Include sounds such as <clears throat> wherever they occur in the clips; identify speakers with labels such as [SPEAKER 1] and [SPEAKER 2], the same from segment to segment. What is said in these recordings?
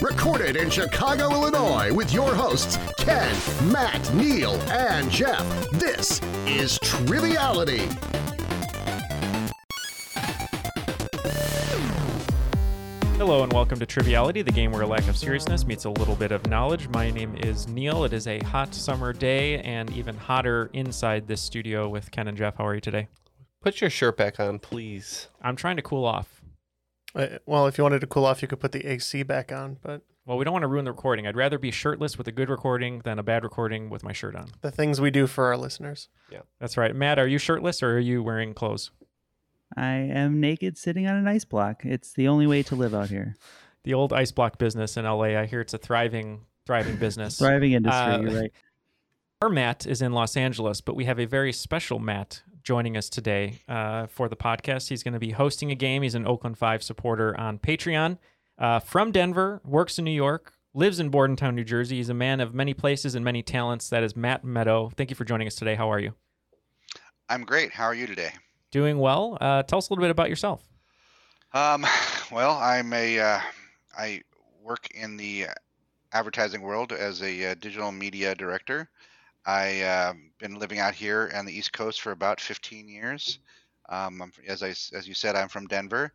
[SPEAKER 1] recorded in Chicago, Illinois, with your hosts, Ken, Matt, Neil, and Jeff. This is Triviality.
[SPEAKER 2] Hello and welcome to Triviality, the game where a lack of seriousness meets a little bit of knowledge. My name is Neil. It is a hot summer day and even hotter inside this studio with Ken and Jeff. How are you today?
[SPEAKER 3] Put your shirt back on, please.
[SPEAKER 2] I'm trying to cool off.
[SPEAKER 4] Uh, Well, if you wanted to cool off, you could put the AC back on, but
[SPEAKER 2] Well, we don't want to ruin the recording. I'd rather be shirtless with a good recording than a bad recording with my shirt on.
[SPEAKER 4] the things we do for our listeners.
[SPEAKER 2] That's right. Matt, are you shirtless or are you wearing clothes?
[SPEAKER 5] I am naked sitting on an ice block. It's the only way to live out here.
[SPEAKER 2] <laughs> The old ice block business in LA, I hear it's a thriving, thriving business.
[SPEAKER 5] <laughs> Thriving industry,
[SPEAKER 2] Uh,
[SPEAKER 5] you're right.
[SPEAKER 2] Our Matt is in Los Angeles, but we have a very special Matt joining us today uh, for the podcast. He's going to be hosting a game. He's an Oakland Five supporter on Patreon uh, from Denver, works in New York, lives in Bordentown, New Jersey. He's a man of many places and many talents. That is Matt Meadow. Thank you for joining us today. How are you?
[SPEAKER 6] I'm great. How are you today?
[SPEAKER 2] Doing well. Uh, tell us a little bit about yourself.
[SPEAKER 6] Um, <sighs> well, I'm a uh, I work in the advertising world as a uh, digital media director. I uh, been living out here on the East Coast for about 15 years. Um, I'm, as I s- as you said, I'm from Denver.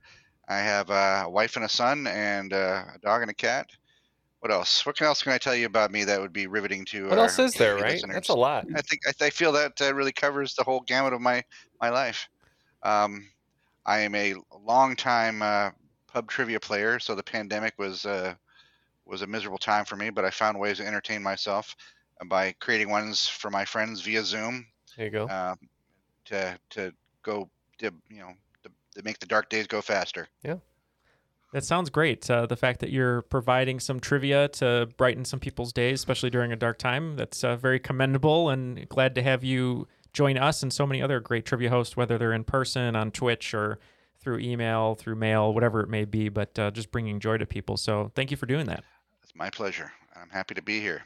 [SPEAKER 6] I have uh, a wife and a son and uh, a dog and a cat. What else? What else can I tell you about me that would be riveting to? uh,
[SPEAKER 3] What
[SPEAKER 6] our
[SPEAKER 3] else is there,
[SPEAKER 6] listeners?
[SPEAKER 3] right? That's a lot.
[SPEAKER 6] I think I, I feel that uh, really covers the whole gamut of my my life. Um, I am a longtime uh, pub trivia player, so the pandemic was uh, was a miserable time for me, but I found ways to entertain myself by creating ones for my friends via Zoom
[SPEAKER 3] There you
[SPEAKER 5] Oh.
[SPEAKER 3] go.
[SPEAKER 6] uh, to to go to, you know to, to make the dark days go faster.
[SPEAKER 2] That sounds great. Uh, the fact that you're providing some trivia to brighten some people's days, especially during a dark time, that's uh, very commendable and glad to have you join us and so many other great trivia hosts, whether they're in person, on Twitch, or through email, through mail, whatever it may be, but uh, just bringing joy to people. So thank you for doing that.
[SPEAKER 6] It's my pleasure. I'm happy to be here.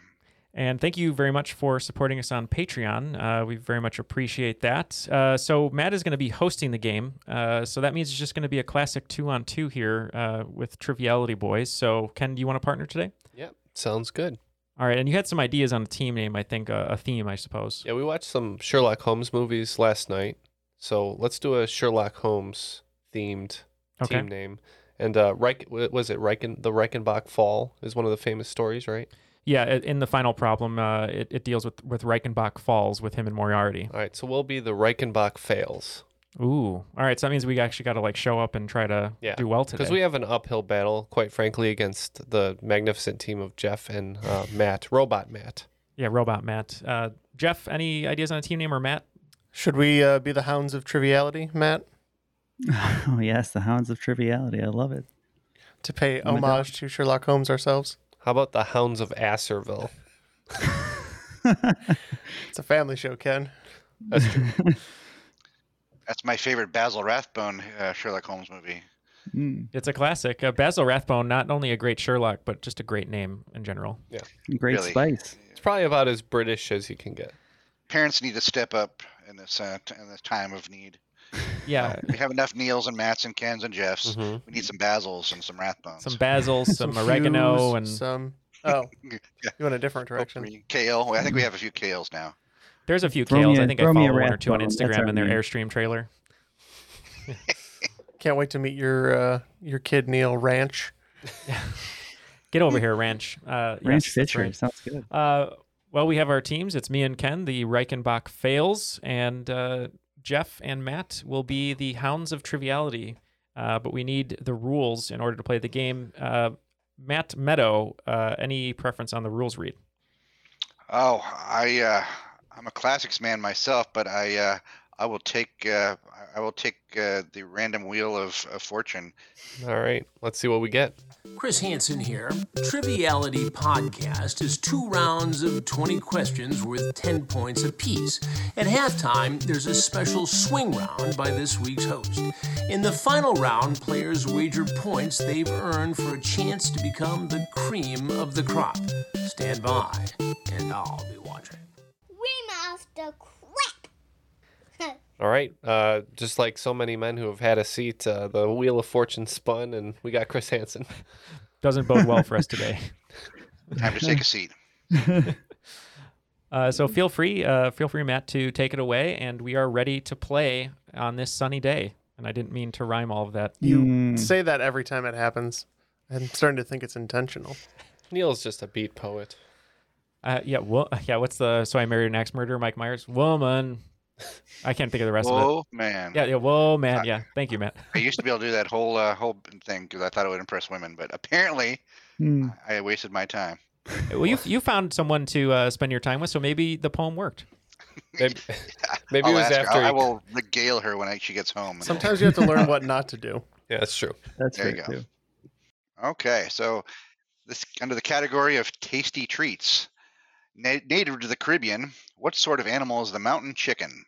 [SPEAKER 2] And thank you very much for supporting us on Patreon. Uh, we very much appreciate that. Uh, so Matt is going to be hosting the game. Uh, so that means it's just going to be a classic two on two here uh, with Triviality Boys. So Ken, do you want to partner today?
[SPEAKER 3] Yep. Sounds good.
[SPEAKER 2] All right. And you had some ideas on a team name, I think, uh, a theme, I suppose.
[SPEAKER 3] Yeah, we watched some Sherlock Holmes movies last night. So let's do a Sherlock Holmes themed
[SPEAKER 2] Okay.
[SPEAKER 3] team name. And uh, Reich, wa- was it Reichen, the Reichenbach Fall is one of the famous stories, right?
[SPEAKER 2] Yeah. i- In the final problem, uh, it, it deals with, with Reichenbach Falls with him and Moriarty.
[SPEAKER 3] All right, so we'll be the Reichenbach Fails.
[SPEAKER 2] Ooh. All right. So that means we actually got to like show up and try to
[SPEAKER 3] Yeah,
[SPEAKER 2] do well today.
[SPEAKER 3] Because we have an uphill battle, quite frankly, against the magnificent team of Jeff and uh, Matt, Robot Matt.
[SPEAKER 2] yeah. Robot Matt. Uh, Jeff, any ideas on a team name or Matt?
[SPEAKER 4] Should we uh, be the hounds of triviality, Matt,
[SPEAKER 5] oh yes, the hounds of triviality. I love it.
[SPEAKER 4] to pay
[SPEAKER 5] Oh my God.
[SPEAKER 4] homage to Sherlock Holmes ourselves?
[SPEAKER 3] How about the Hounds of Asserville?
[SPEAKER 4] <laughs> It's a family show, Ken.
[SPEAKER 6] That's my favorite Basil Rathbone uh, Sherlock Holmes movie.
[SPEAKER 5] Mm,
[SPEAKER 2] It's a classic. Uh, Basil Rathbone, not only a great Sherlock, but just a great name in general.
[SPEAKER 5] great
[SPEAKER 6] Really.
[SPEAKER 5] spice.
[SPEAKER 3] It's probably about as British as you can get.
[SPEAKER 6] Parents need to step up in this uh, t- in this time of need. Uh,
[SPEAKER 2] Yeah.
[SPEAKER 6] we have enough Neils and Matts and Kens and Jeffs.
[SPEAKER 3] Mhm.
[SPEAKER 6] We need some Basils and some Rathbones.
[SPEAKER 2] Some basil, some oregano,
[SPEAKER 4] Hughes,
[SPEAKER 2] and
[SPEAKER 4] some. Oh,
[SPEAKER 6] Yeah.
[SPEAKER 4] you went a different direction.
[SPEAKER 6] Kale. Well, I think we have a few Kales now.
[SPEAKER 2] There's a few
[SPEAKER 5] Throw me
[SPEAKER 2] Kales. I
[SPEAKER 5] a-
[SPEAKER 2] think I
[SPEAKER 5] throw me a
[SPEAKER 2] follow one or
[SPEAKER 5] wrath
[SPEAKER 2] two on
[SPEAKER 5] bone. That's our
[SPEAKER 2] Instagram and their
[SPEAKER 5] name.
[SPEAKER 2] Airstream trailer.
[SPEAKER 4] Can't wait to meet your uh, your kid Neil Ranch.
[SPEAKER 2] Get over here, Ranch. Uh,
[SPEAKER 5] Ranch
[SPEAKER 2] yes, that's
[SPEAKER 5] Fisher. Sounds good.
[SPEAKER 2] Uh, well, we have our teams. It's me and Ken, the Reichenbach fails, and uh, Jeff and Matt will be the hounds of triviality. Uh, but we need the rules in order to play the game. Uh, Matt Meadow, uh, any preference on the rules read?
[SPEAKER 6] Oh, I uh, I'm a classics man myself, but I uh, I will take uh, I will take uh, the random wheel of, of fortune.
[SPEAKER 3] All right, let's see what we get.
[SPEAKER 7] Chris Hansen here. Triviality Podcast is two rounds of 20 questions worth 10 points apiece. At halftime, there's a special swing round by this week's host. In the final round, players wager points they've earned for a chance to become the cream of the crop. Stand by, and I'll be watching.
[SPEAKER 8] Remaster crap.
[SPEAKER 3] All right, uh, just like so many men who have had a seat, uh, the wheel of fortune spun, and we got Chris Hansen.
[SPEAKER 2] Doesn't bode well for
[SPEAKER 5] <laughs>
[SPEAKER 2] us today. <laughs>
[SPEAKER 6] Time to take a seat.
[SPEAKER 2] Uh, so feel free, uh, feel free, Matt, to take it away, and we are ready to play on this sunny day. And I didn't mean to rhyme all of that.
[SPEAKER 4] You say that every time it happens. I'm starting to think it's intentional.
[SPEAKER 3] Neil's just a beat poet.
[SPEAKER 2] Uh, yeah, well, <laughs> yeah. What's the so I married an axe murderer, Mike Myers? Woman, I can't think of the rest of
[SPEAKER 6] Whoa,
[SPEAKER 2] it.
[SPEAKER 6] Oh, man!
[SPEAKER 2] Yeah, yeah. Whoa, man. Yeah. Thank you, Matt.
[SPEAKER 6] I used to be able to do that whole uh, whole thing because I thought it would impress women, but apparently I wasted my time.
[SPEAKER 2] Uh, Well, you you found someone to uh, spend your time with, so maybe the poem worked.
[SPEAKER 6] <laughs>
[SPEAKER 3] Maybe, <laughs> maybe
[SPEAKER 6] I'll
[SPEAKER 3] it was
[SPEAKER 6] ask her.
[SPEAKER 3] after.
[SPEAKER 6] I,
[SPEAKER 3] he-
[SPEAKER 6] I will regale her when I, she gets home. and-
[SPEAKER 4] Sometimes you have to learn what not to do.
[SPEAKER 3] Yeah, that's true.
[SPEAKER 5] That's
[SPEAKER 6] There
[SPEAKER 5] fair
[SPEAKER 6] you go.
[SPEAKER 5] too.
[SPEAKER 6] Okay, so this under the category of tasty treats, na- native to the Caribbean, what sort of animal is the mountain chicken?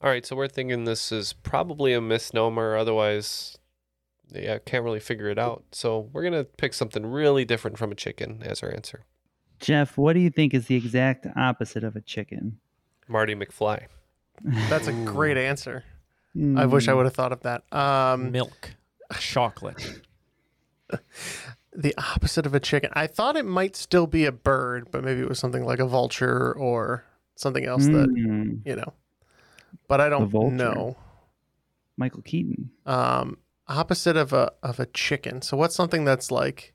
[SPEAKER 3] All right, so we're thinking this is probably a misnomer. Otherwise, yeah, I can't really figure it out. So we're gonna pick something really different from a chicken as our answer.
[SPEAKER 5] Jeff, what do you think is the exact opposite of a chicken?
[SPEAKER 3] Marty McFly.
[SPEAKER 4] That's a great answer. I wish I would have thought of that. Um,
[SPEAKER 2] Milk, chocolate.
[SPEAKER 4] the opposite of a chicken. I thought it might still be a bird, but maybe it was something like a vulture or something else that
[SPEAKER 5] Mm.
[SPEAKER 4] you know. But I don't
[SPEAKER 5] vulture.
[SPEAKER 4] know.
[SPEAKER 5] Michael Keaton.
[SPEAKER 4] Um, opposite of a of a chicken. So what's something that's like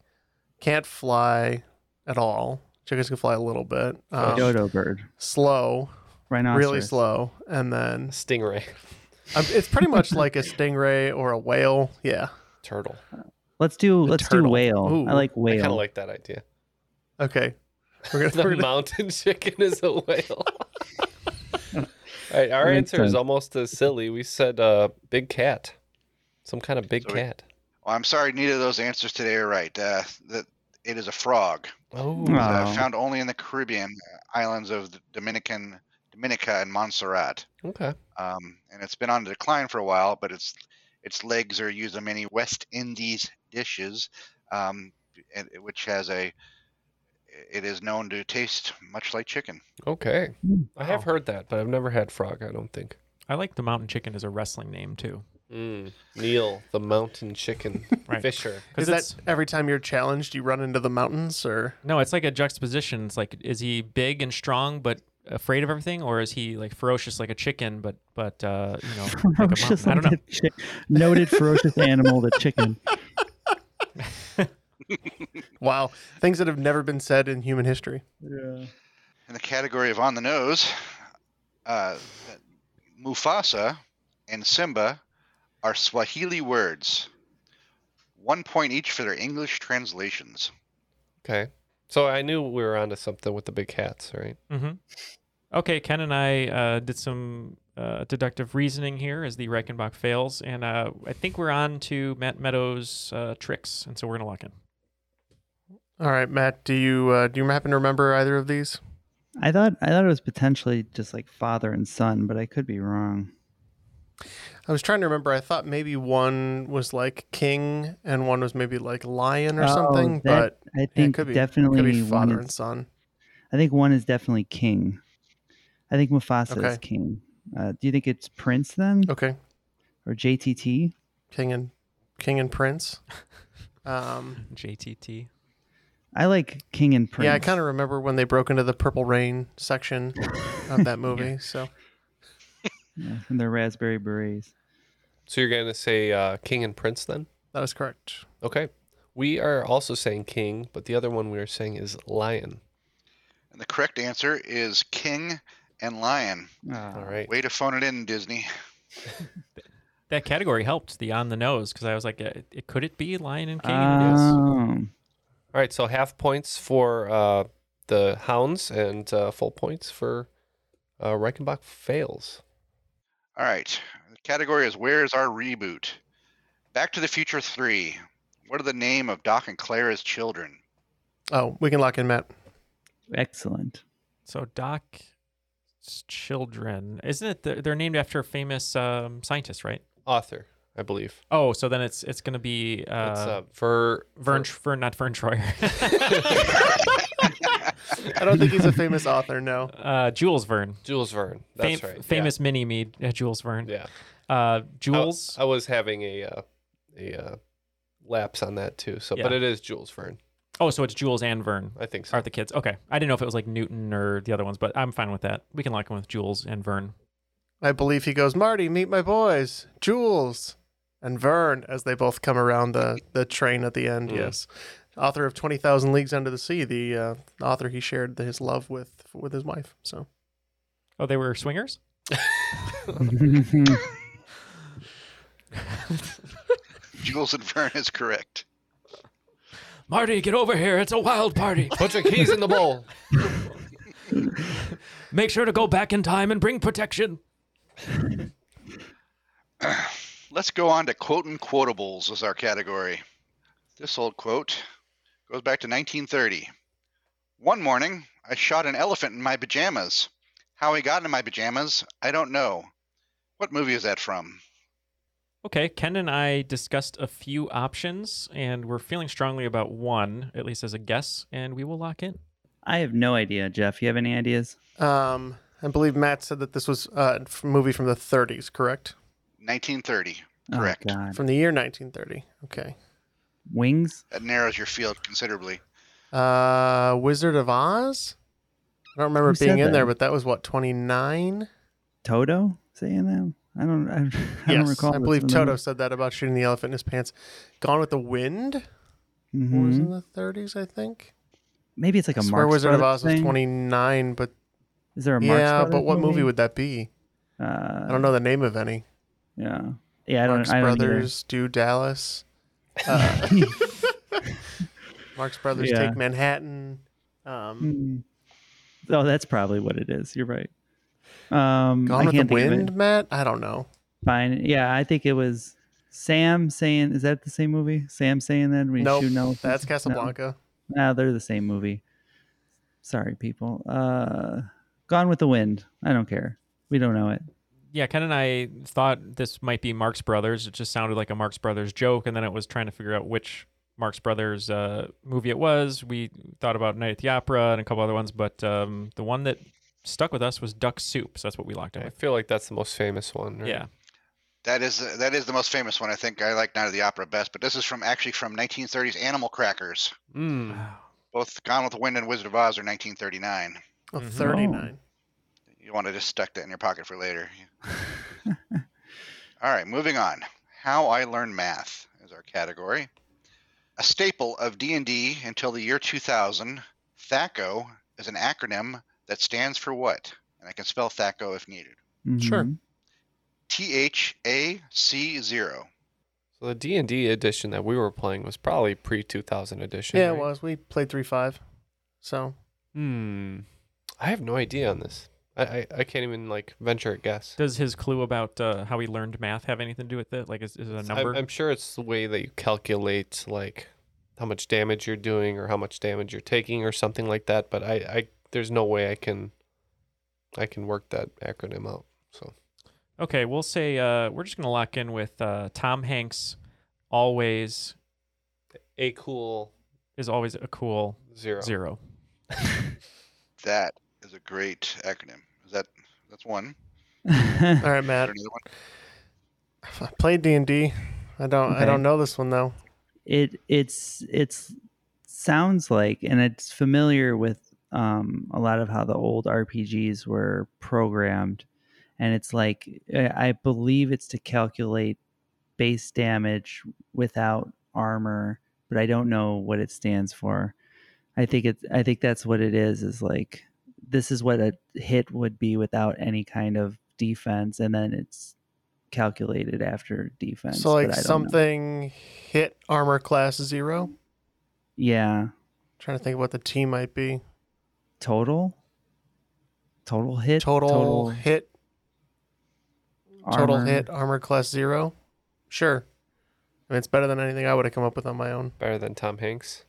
[SPEAKER 4] can't fly at all? Chickens can fly a little bit. Um,
[SPEAKER 5] Dodo bird.
[SPEAKER 4] Slow,
[SPEAKER 5] Rhinoceros.
[SPEAKER 4] really slow, and then
[SPEAKER 3] Stingray.
[SPEAKER 4] <laughs> um, it's pretty much like a stingray or a whale. Yeah.
[SPEAKER 3] Turtle.
[SPEAKER 5] Let's do let's do
[SPEAKER 3] turtle.
[SPEAKER 5] whale. I
[SPEAKER 4] Ooh,
[SPEAKER 5] like
[SPEAKER 3] I
[SPEAKER 5] whale.
[SPEAKER 3] kind of like that idea. <laughs>
[SPEAKER 4] Okay. We're gonna,
[SPEAKER 3] The
[SPEAKER 4] we're gonna-
[SPEAKER 3] mountain <laughs> chicken is
[SPEAKER 4] <laughs>
[SPEAKER 3] a whale. All right, our
[SPEAKER 5] That makes
[SPEAKER 3] answer
[SPEAKER 5] sense.
[SPEAKER 3] is almost as silly. We said uh, big cat, some kind of big
[SPEAKER 6] So we-
[SPEAKER 3] cat.
[SPEAKER 6] Well, I'm sorry, neither of those answers today are right. Uh, that it is a frog,
[SPEAKER 3] Oh,
[SPEAKER 5] Oh.
[SPEAKER 6] uh, found only in the Caribbean islands of the Dominican Dominica and Montserrat.
[SPEAKER 3] okay.
[SPEAKER 6] Um, and it's been on decline for a while, but its its legs are used in many West Indies dishes, um, and, which has a it is known to taste much like chicken.
[SPEAKER 3] Okay.
[SPEAKER 5] Hmm.
[SPEAKER 3] I have heard that, but I've never had frog. I don't think.
[SPEAKER 2] I like the mountain chicken as a wrestling name too,
[SPEAKER 3] Mm, Neil, the mountain
[SPEAKER 4] <laughs>
[SPEAKER 3] chicken
[SPEAKER 2] Right.
[SPEAKER 3] fisher.
[SPEAKER 2] because
[SPEAKER 4] is
[SPEAKER 2] it's
[SPEAKER 4] that every time you're challenged, you run into the mountains, or
[SPEAKER 2] no, it's like a juxtaposition. It's like, is he big and strong but afraid of everything, or is he like ferocious like a chicken but but uh, you know like
[SPEAKER 5] <laughs>
[SPEAKER 2] a
[SPEAKER 5] Ferocious
[SPEAKER 2] mountain? I don't know.
[SPEAKER 5] like a chick- <laughs> Noted
[SPEAKER 4] <laughs>
[SPEAKER 5] ferocious animal, the chicken.
[SPEAKER 4] wow, things that have never been said in human history.
[SPEAKER 5] Yeah.
[SPEAKER 6] in the category of on the nose, uh, Mufasa and Simba are Swahili words. One point each for their English translations.
[SPEAKER 3] Okay. So I knew we were onto something with the big cats, right?
[SPEAKER 2] Mm-hmm. Okay, Ken and I uh, did some uh, deductive reasoning here as the Reichenbach fails, and uh, I think we're on to Matt Meadows' uh, tricks, and so we're gonna lock in.
[SPEAKER 4] All right, Matt, do you uh, do you happen to remember either of these?
[SPEAKER 5] I thought I thought it was potentially just like father and son, but I could be wrong.
[SPEAKER 4] I was trying to remember. I thought maybe one was like king and one was maybe like lion or
[SPEAKER 5] Oh,
[SPEAKER 4] something,
[SPEAKER 5] that-
[SPEAKER 4] but
[SPEAKER 5] I
[SPEAKER 4] yeah, it
[SPEAKER 5] think
[SPEAKER 4] could be, could
[SPEAKER 5] definitely
[SPEAKER 4] be
[SPEAKER 5] one
[SPEAKER 4] father
[SPEAKER 5] is-
[SPEAKER 4] and son.
[SPEAKER 5] I think one is definitely king. I think Mufasa
[SPEAKER 4] Okay.
[SPEAKER 5] is king. Uh, do you think it's Prince then,
[SPEAKER 4] Okay,
[SPEAKER 5] or JTT?
[SPEAKER 4] king and king and prince. Um,
[SPEAKER 2] JTT.
[SPEAKER 5] I like King and Prince.
[SPEAKER 4] Yeah, I kind of remember when they broke into the Purple Rain section
[SPEAKER 5] <laughs>
[SPEAKER 4] of that movie. So
[SPEAKER 5] Yeah, and their raspberry berets.
[SPEAKER 3] So you're going to say uh, king and prince then?
[SPEAKER 4] That is correct.
[SPEAKER 3] Okay. We are also saying king, but the other one we are saying is lion.
[SPEAKER 6] And the correct answer is king and lion.
[SPEAKER 3] All right.
[SPEAKER 6] Way to phone it in, Disney.
[SPEAKER 2] That category helped the on the nose because I was like, uh, it, could it be Lion and King?
[SPEAKER 5] Ah.
[SPEAKER 3] All right, so half points for uh, the hounds and uh, full points for uh, Reichenbach fails.
[SPEAKER 6] All right. The category is Where's Our Reboot? Back to the Future 3. What are the name of Doc and Clara's children? <laughs>
[SPEAKER 4] Oh, we can lock in Matt.
[SPEAKER 5] Excellent.
[SPEAKER 2] So Doc's children, isn't it? They're, they're named after a famous um, scientist, right?
[SPEAKER 3] Author, I believe.
[SPEAKER 2] Oh, so then it's it's gonna be uh,
[SPEAKER 3] uh, Ver
[SPEAKER 2] Vern Ver, not Vern
[SPEAKER 3] <laughs>
[SPEAKER 2] Troyer,
[SPEAKER 4] I don't think he's a famous author. No.
[SPEAKER 2] uh, Jules Vern.
[SPEAKER 3] Jules Vern. That's right. yeah.
[SPEAKER 2] Famous mini me, uh, Jules Vern.
[SPEAKER 3] Yeah.
[SPEAKER 2] Uh,
[SPEAKER 3] I-
[SPEAKER 2] Jules.
[SPEAKER 3] I, was having a uh, a uh, lapse on that too. So, but
[SPEAKER 2] Yeah.
[SPEAKER 3] it is Jules Vern.
[SPEAKER 2] Oh, so it's Jules and Vern.
[SPEAKER 3] I think so.
[SPEAKER 2] Are the kids? Okay. I didn't know if it was like Newton or the other ones, but I'm fine with that. We can lock in with Jules and Vern.
[SPEAKER 4] I believe he goes, Marty, meet my boys, Jules and Vern, as they both come around the, the train at the end.
[SPEAKER 3] Mm.
[SPEAKER 4] Yes. Author of 20,000 Leagues Under the Sea, the uh, author he shared his love with with his wife. So,
[SPEAKER 2] Oh, they were swingers.
[SPEAKER 6] Jules and Vern is correct. <clears throat>
[SPEAKER 2] Marty, get over here. It's a wild party.
[SPEAKER 3] Put your keys in
[SPEAKER 4] <laughs>
[SPEAKER 3] the bowl.
[SPEAKER 2] Make sure to go back in time and bring protection.
[SPEAKER 6] Let's go on to quote and quotables as our category. This old quote goes back to 1930. One morning, I shot an elephant in my pajamas. How he got in my pajamas, I don't know. What movie is that from?
[SPEAKER 2] Okay, Ken and I discussed a few options, and we're feeling strongly about one, at least as a guess, and we will lock in.
[SPEAKER 5] I have no idea, Jeff. You have any ideas?
[SPEAKER 4] um, I believe Matt said that this was uh, a f- movie from the 30s, correct?
[SPEAKER 6] 1930.
[SPEAKER 5] Correct. Oh, God.
[SPEAKER 4] From the year 1930. Okay.
[SPEAKER 5] Wings.
[SPEAKER 6] That narrows your field considerably.
[SPEAKER 4] Uh, Wizard of Oz? I don't remember
[SPEAKER 5] Who
[SPEAKER 4] it being
[SPEAKER 5] said
[SPEAKER 4] in there,
[SPEAKER 5] that?
[SPEAKER 4] but that was what, 29?
[SPEAKER 5] Toto saying that? I don't. I, I don't
[SPEAKER 4] Yes.
[SPEAKER 5] recall.
[SPEAKER 4] I
[SPEAKER 5] this
[SPEAKER 4] believe
[SPEAKER 5] one.
[SPEAKER 4] Toto said that about shooting the elephant in his pants. Gone with the Wind?
[SPEAKER 5] Mhm.
[SPEAKER 4] was in the 30s, I think.
[SPEAKER 5] Maybe it's like a
[SPEAKER 4] Swear
[SPEAKER 5] Marx
[SPEAKER 4] Wizard of
[SPEAKER 5] Brothers
[SPEAKER 4] Oz was
[SPEAKER 5] thing?
[SPEAKER 4] 29, but
[SPEAKER 5] Is there a Marx
[SPEAKER 4] yeah,
[SPEAKER 5] Brothers
[SPEAKER 4] but what movie
[SPEAKER 5] movie?
[SPEAKER 4] would that be?
[SPEAKER 5] Uh,
[SPEAKER 4] I don't know the name of any.
[SPEAKER 5] Yeah. Yeah, I don't-
[SPEAKER 4] Marx
[SPEAKER 5] I don't either.
[SPEAKER 4] Brothers do Dallas.
[SPEAKER 5] <laughs>
[SPEAKER 4] Uh, Marx Brothers
[SPEAKER 5] Yeah.
[SPEAKER 4] take Manhattan.
[SPEAKER 5] Mm.
[SPEAKER 4] Um,
[SPEAKER 5] Oh, that's probably what it is. You're right. Um,
[SPEAKER 4] Gone
[SPEAKER 5] I
[SPEAKER 4] with the
[SPEAKER 5] can't think of
[SPEAKER 4] Wind,
[SPEAKER 5] it.
[SPEAKER 4] Matt. I don't know.
[SPEAKER 5] Fine. Yeah, I think it was Sam saying. Is that the same movie? Sam saying that when
[SPEAKER 4] Nope,
[SPEAKER 5] you shoot an elephant?
[SPEAKER 4] that's
[SPEAKER 5] No.
[SPEAKER 4] Casablanca.
[SPEAKER 5] No, they're the same movie. Sorry, people. Uh, Gone with the Wind. I don't care. We don't know it.
[SPEAKER 2] Yeah, Ken and I thought this might be Marx Brothers. It just sounded like a Marx Brothers joke, and then it was trying to figure out which Marx Brothers uh, movie it was. We thought about Night at the Opera and a couple other ones, but um, the one that stuck with us was Duck Soup, so that's what we locked in
[SPEAKER 3] I
[SPEAKER 2] with.
[SPEAKER 3] feel like that's the most famous one. Right?
[SPEAKER 2] Yeah.
[SPEAKER 6] That is that is the most famous one, I think. I like Night of the Opera best, but this is from actually from 1930s Animal Crackers.
[SPEAKER 3] Mm.
[SPEAKER 2] Ah.
[SPEAKER 6] Both Gone with the Wind and Wizard of Oz are 1939.
[SPEAKER 4] Oh, 39.
[SPEAKER 6] You want to just stuck that in your pocket for later. All right, moving on. How I learn math is our category. A staple of D&D until the year 2000, THACO is an acronym that stands for what? And I can spell THACO if needed.
[SPEAKER 4] Sure.
[SPEAKER 6] T H A C 0.
[SPEAKER 3] So the D and D edition that we were playing was probably pre two thousand edition.
[SPEAKER 4] Yeah,
[SPEAKER 3] right?
[SPEAKER 4] it was. We played three five. So
[SPEAKER 3] Hmm. I have no idea on this. I, I, I can't even like venture a guess.
[SPEAKER 2] Does his clue about uh, how he learned math have anything to do with it? Like, is, is it a
[SPEAKER 3] I'm-
[SPEAKER 2] number?
[SPEAKER 3] I'm, sure it's the way that you calculate like how much damage you're doing or how much damage you're taking or something like that. But I, I there's no way I can I can work that acronym out. So
[SPEAKER 2] Okay, we'll say uh, we're just gonna lock in with uh, Tom Hanks. Always
[SPEAKER 3] a cool
[SPEAKER 2] is always a cool
[SPEAKER 3] zero.
[SPEAKER 2] zero.
[SPEAKER 6] That is a great acronym. Is that that's one?
[SPEAKER 4] all right, Matt.
[SPEAKER 6] Another one?
[SPEAKER 4] I played D and I don't. I
[SPEAKER 5] Okay.
[SPEAKER 4] don't know this one though.
[SPEAKER 5] It it's it's sounds like, and it's familiar with um, a lot of how the old RPGs were programmed. And it's like, I I believe it's to calculate base damage without armor, but I don't know what it stands for. I think it. I think that's what it is. Is like this is what a hit would be without any kind of defense, and then it's calculated after defense.
[SPEAKER 4] So like
[SPEAKER 5] but I don't know.
[SPEAKER 4] something hit armor class zero.
[SPEAKER 5] Yeah,
[SPEAKER 4] trying to think of what the team might be.
[SPEAKER 5] total, total hit,
[SPEAKER 4] Total, hit. Total
[SPEAKER 5] armor.
[SPEAKER 4] hit armor class zero. Sure. I mean, it's better than anything I would have come up with on my own.
[SPEAKER 3] Better than Tom Hanks.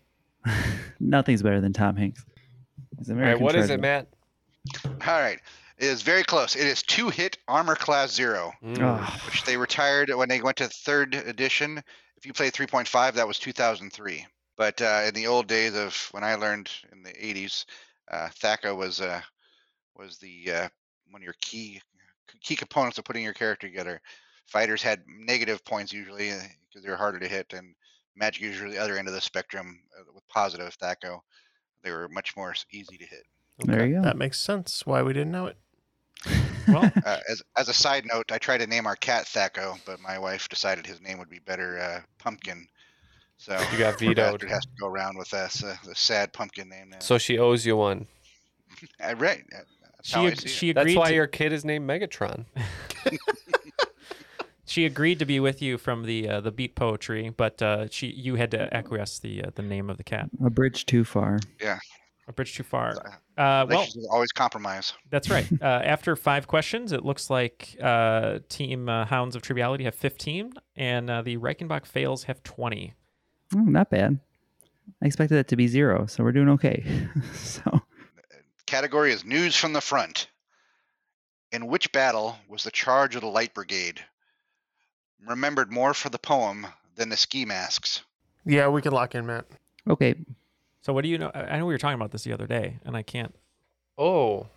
[SPEAKER 5] Nothing's better than Tom Hanks. He's
[SPEAKER 3] All right,
[SPEAKER 5] American
[SPEAKER 3] what is
[SPEAKER 5] treasure.
[SPEAKER 3] it, Matt?
[SPEAKER 6] All right. It is very close. It is two hit armor class zero,
[SPEAKER 3] Mm,
[SPEAKER 5] Ugh.
[SPEAKER 6] which they retired when they went to third edition. If you played 3.5, that was 2003. But uh, in the old days of when I learned in the 80s, uh, Thaka was uh, was the uh, one of your key key components of putting your character together. Fighters had negative points usually because they were harder to hit, and magic users were the other end of the spectrum uh, with positive Thaco. They were much more s- easy to hit.
[SPEAKER 5] There you go.
[SPEAKER 4] That makes sense. Why we didn't know it.
[SPEAKER 3] <laughs>
[SPEAKER 6] Uh, as, as a side note, I tried to name our cat Thacko, but my wife decided his name would be better uh, Pumpkin. So <laughs>
[SPEAKER 3] You got
[SPEAKER 6] poor bastard
[SPEAKER 3] vetoed.
[SPEAKER 6] has to go around with us, uh, the sad pumpkin name now.
[SPEAKER 3] So she owes you one.
[SPEAKER 6] Uh, right. uh, That's
[SPEAKER 2] She
[SPEAKER 6] how I
[SPEAKER 2] ag-
[SPEAKER 6] see
[SPEAKER 2] she
[SPEAKER 6] it.
[SPEAKER 2] agreed
[SPEAKER 3] That's why
[SPEAKER 2] to-
[SPEAKER 3] your kid is named Megatron.
[SPEAKER 2] She agreed to be with you from the uh, the beat poetry, but uh, she you had to acquiesce the uh, the name of the cat.
[SPEAKER 5] A bridge too far.
[SPEAKER 6] Yeah.
[SPEAKER 2] A bridge too far. Uh, well,
[SPEAKER 6] Relationships always compromise.
[SPEAKER 2] That's right. Uh, after five questions, it looks like uh, Team uh, Hounds of Triviality have 15, and uh, the Reichenbach fails have 20.
[SPEAKER 5] Oh, not bad. I expected that to be zero, so we're doing okay. so
[SPEAKER 6] Category is news from the front. In which battle was the charge of the Light Brigade remembered more for the poem than the ski masks?
[SPEAKER 4] Yeah, we can lock in, Matt.
[SPEAKER 5] okay,
[SPEAKER 2] So what do you know? I I know we were talking about this the other day, and I can't.
[SPEAKER 3] Oh.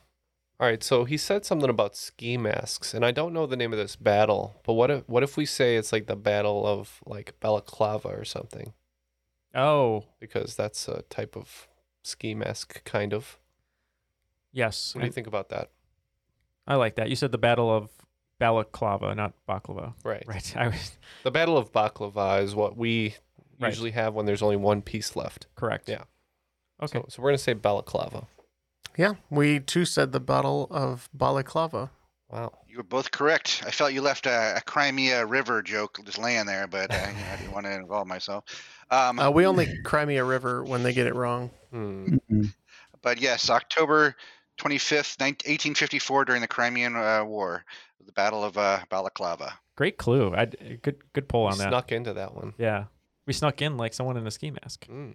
[SPEAKER 3] All right, so he said something about ski masks, and I don't know the name of this battle, but what if what if we say it's like the battle of like balaclava or something?
[SPEAKER 2] Oh,
[SPEAKER 3] Because that's a type of ski mask kind of.
[SPEAKER 2] yes.
[SPEAKER 3] What do you
[SPEAKER 2] I-
[SPEAKER 3] think about that?
[SPEAKER 2] I like that. You said the Battle of Balaclava, not Baklava.
[SPEAKER 3] Right.
[SPEAKER 2] Right. <laughs> I was
[SPEAKER 3] The battle of baklava is what we
[SPEAKER 2] Right.
[SPEAKER 3] usually have when there's only one piece left.
[SPEAKER 2] correct.
[SPEAKER 3] Yeah.
[SPEAKER 2] Okay.
[SPEAKER 3] So, so we're gonna say balaclava.
[SPEAKER 4] Yeah, we too said the Battle of Balaclava.
[SPEAKER 3] Wow.
[SPEAKER 6] You were both correct. I felt you left a, a Crimea River joke just laying there, but uh, you know, I didn't want to involve myself. Um,
[SPEAKER 4] Uh, we only Crimea River when they get it wrong.
[SPEAKER 3] Hmm.
[SPEAKER 6] but yes, October 25th, 19, 1854, during the Crimean uh, War, the Battle of uh, Balaclava.
[SPEAKER 2] Great clue. I good good pull on that.
[SPEAKER 3] Snuck into that one.
[SPEAKER 2] Yeah. We snuck in like someone in a ski mask.
[SPEAKER 3] Mm.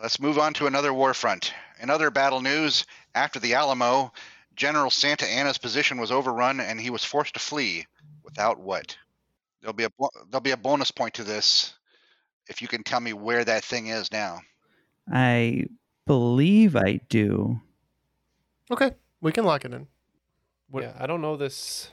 [SPEAKER 6] Let's move on to another war front. In other battle news, after the Alamo, General Santa Anna's position was overrun and he was forced to flee. Without what? There'll be a bo- there'll be a bonus point to this if you can tell me where that thing is now.
[SPEAKER 5] I believe I do.
[SPEAKER 4] Okay, we can lock it in.
[SPEAKER 3] yeah, I don't know this.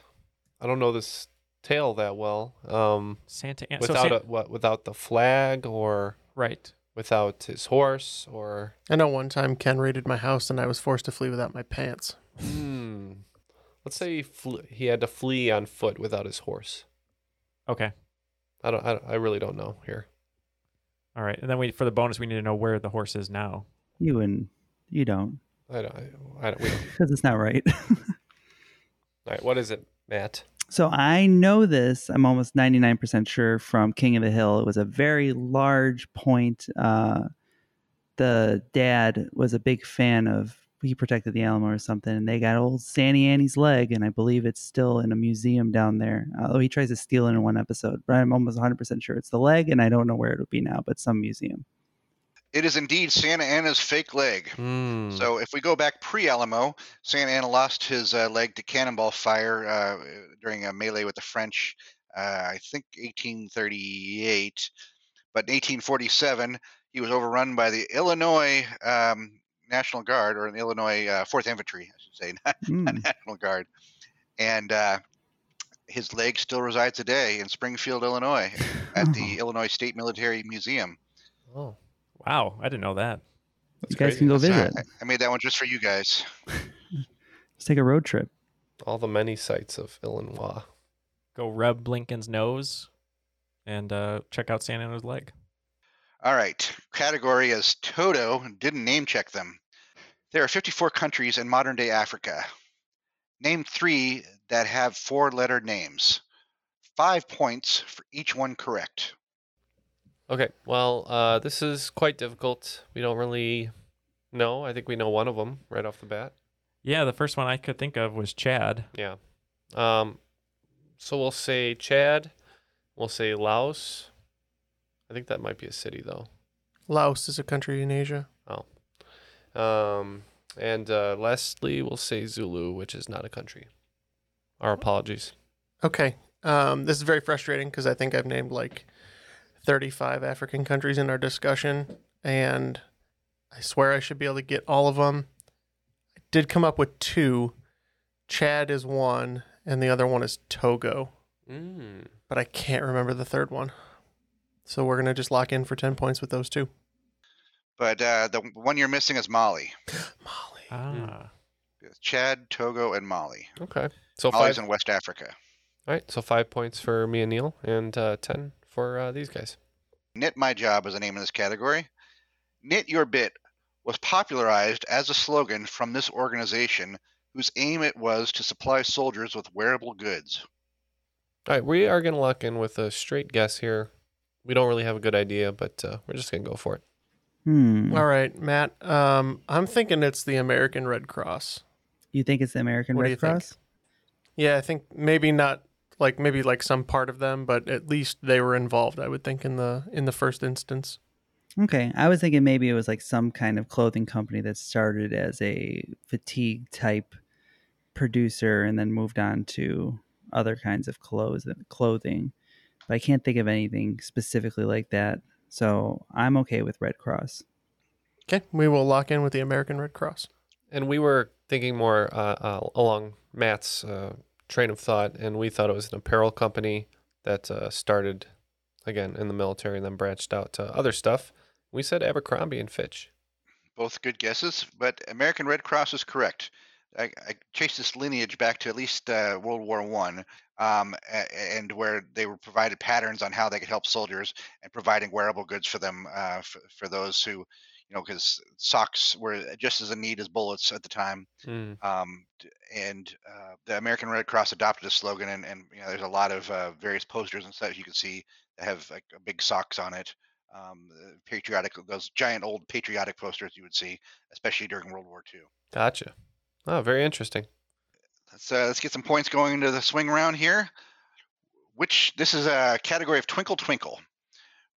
[SPEAKER 3] I don't know this tale that well. Um,
[SPEAKER 2] Santa Ana. so
[SPEAKER 3] without
[SPEAKER 2] San-
[SPEAKER 3] a, what, without the flag or
[SPEAKER 2] right.
[SPEAKER 3] without his horse or.
[SPEAKER 4] I know one time Ken raided my house and I was forced to flee without my pants.
[SPEAKER 3] Hmm. Let's say he, fle- he had to flee on foot without his horse.
[SPEAKER 2] Okay.
[SPEAKER 3] I don't. I, don't- I really don't know here.
[SPEAKER 2] All right. And then we for the bonus, we need to know where the horse is now.
[SPEAKER 5] You and you don't,
[SPEAKER 3] I don't. I, I don't. We don't.
[SPEAKER 5] <laughs> because it's not
[SPEAKER 3] <laughs>
[SPEAKER 5] right.
[SPEAKER 3] All right. What is it, Matt?
[SPEAKER 5] So I know this. I'm almost 99% sure from King of the Hill. It was a very large point. Uh, the dad was a big fan of. He protected the Alamo or something, and they got old Sandy Annie's leg, and I believe it's still in a museum down there. Although he tries to steal it in one episode, but I'm almost 100% sure it's the leg, and I don't know where it would be now, but some museum.
[SPEAKER 6] It is indeed Santa Anna's fake leg.
[SPEAKER 3] Hmm.
[SPEAKER 6] So if we go back pre-Alamo, Santa Anna lost his uh, leg to cannonball fire uh, during a melee with the French. Uh, I think 1838, but in 1847 he was overrun by the Illinois um, National Guard or the Illinois uh, Fourth Infantry, I should say, <laughs> not
[SPEAKER 5] Hmm.
[SPEAKER 6] National Guard, and uh, his leg still resides today in Springfield, Illinois, at the Illinois State Military Museum.
[SPEAKER 3] oh.
[SPEAKER 2] Wow, I didn't know that.
[SPEAKER 5] you guys can go
[SPEAKER 6] So I-
[SPEAKER 5] visit.
[SPEAKER 6] I made that one just for you guys.
[SPEAKER 5] Let's take a road trip.
[SPEAKER 3] All the many sites of Illinois.
[SPEAKER 2] Go rub Blinken's nose and uh, check out San Anna's leg.
[SPEAKER 6] All right. Category is Toto. Didn't name check them. There are 54 countries in modern day Africa. Name three that have four letter names. Five points for each one correct.
[SPEAKER 3] Okay, well, uh, this is quite difficult. We don't really know. I think we know one of them right off the bat.
[SPEAKER 2] Yeah, the first one I could think of was Chad.
[SPEAKER 3] Yeah. Um, so we'll say Chad. We'll say Laos. I think that might be a city, though.
[SPEAKER 4] Laos is a country in Asia.
[SPEAKER 3] Oh. Um, and uh, lastly, we'll say Zulu, which is not a country. Our apologies.
[SPEAKER 4] Okay. Um, this is very frustrating because I think I've named like 35 African countries in our discussion, and I swear I should be able to get all of them. I did come up with two. Chad is one, and the other one is Togo,
[SPEAKER 3] Mm.
[SPEAKER 4] but I can't remember the third one. So we're going to just lock in for 10 points with those two.
[SPEAKER 6] But uh, the one you're missing is Mali.
[SPEAKER 2] Ah.
[SPEAKER 6] Chad, Togo, and Mali.
[SPEAKER 3] Okay. So
[SPEAKER 6] Mali's
[SPEAKER 3] five.
[SPEAKER 6] in West Africa.
[SPEAKER 3] All right. So five points for me and Neil, and uh, ten for uh, these guys.
[SPEAKER 6] Knit My Job is the name of this category. Knit Your Bit was popularized as a slogan from this organization whose aim it was to supply soldiers with wearable goods.
[SPEAKER 3] All right, we are going to lock in with a straight guess here. We don't really have a good idea, but uh, we're just going to go for it.
[SPEAKER 5] Hmm.
[SPEAKER 4] All right, Matt. Um, I'm thinking it's the American Red Cross.
[SPEAKER 5] You think it's the American
[SPEAKER 4] What do you
[SPEAKER 5] Red
[SPEAKER 4] think?
[SPEAKER 5] Cross?
[SPEAKER 4] Yeah, I think maybe not like maybe like some part of them, but at least they were involved. I would think in the in the first instance.
[SPEAKER 5] Okay, I was thinking maybe it was like some kind of clothing company that started as a fatigue type producer and then moved on to other kinds of clothes clothing. But I can't think of anything specifically like that. So I'm okay with Red Cross.
[SPEAKER 4] Okay, we will lock in with the American Red Cross.
[SPEAKER 3] And we were thinking more uh, uh, along Matt's uh, train of thought, and we thought it was an apparel company that uh, started again in the military and then branched out to other stuff. We said Abercrombie and Fitch.
[SPEAKER 6] Both good guesses, but American Red Cross is correct. I, I traced this lineage back to at least uh, World War One, um, a- and where they were provided patterns on how they could help soldiers and providing wearable goods for them uh, for, for those who, you know, because socks were just as in need as bullets at the time. Um, d- and uh, the American Red Cross adopted a slogan, and, and you know, there's a lot of uh, various posters and stuff you can see that have like big socks on it. Um, the patriotic, those giant old patriotic posters you would see, especially during World War II.
[SPEAKER 3] Gotcha. Oh, very interesting.
[SPEAKER 6] Let's uh, let's get some points going into the swing round here. Which this is a category of Twinkle Twinkle.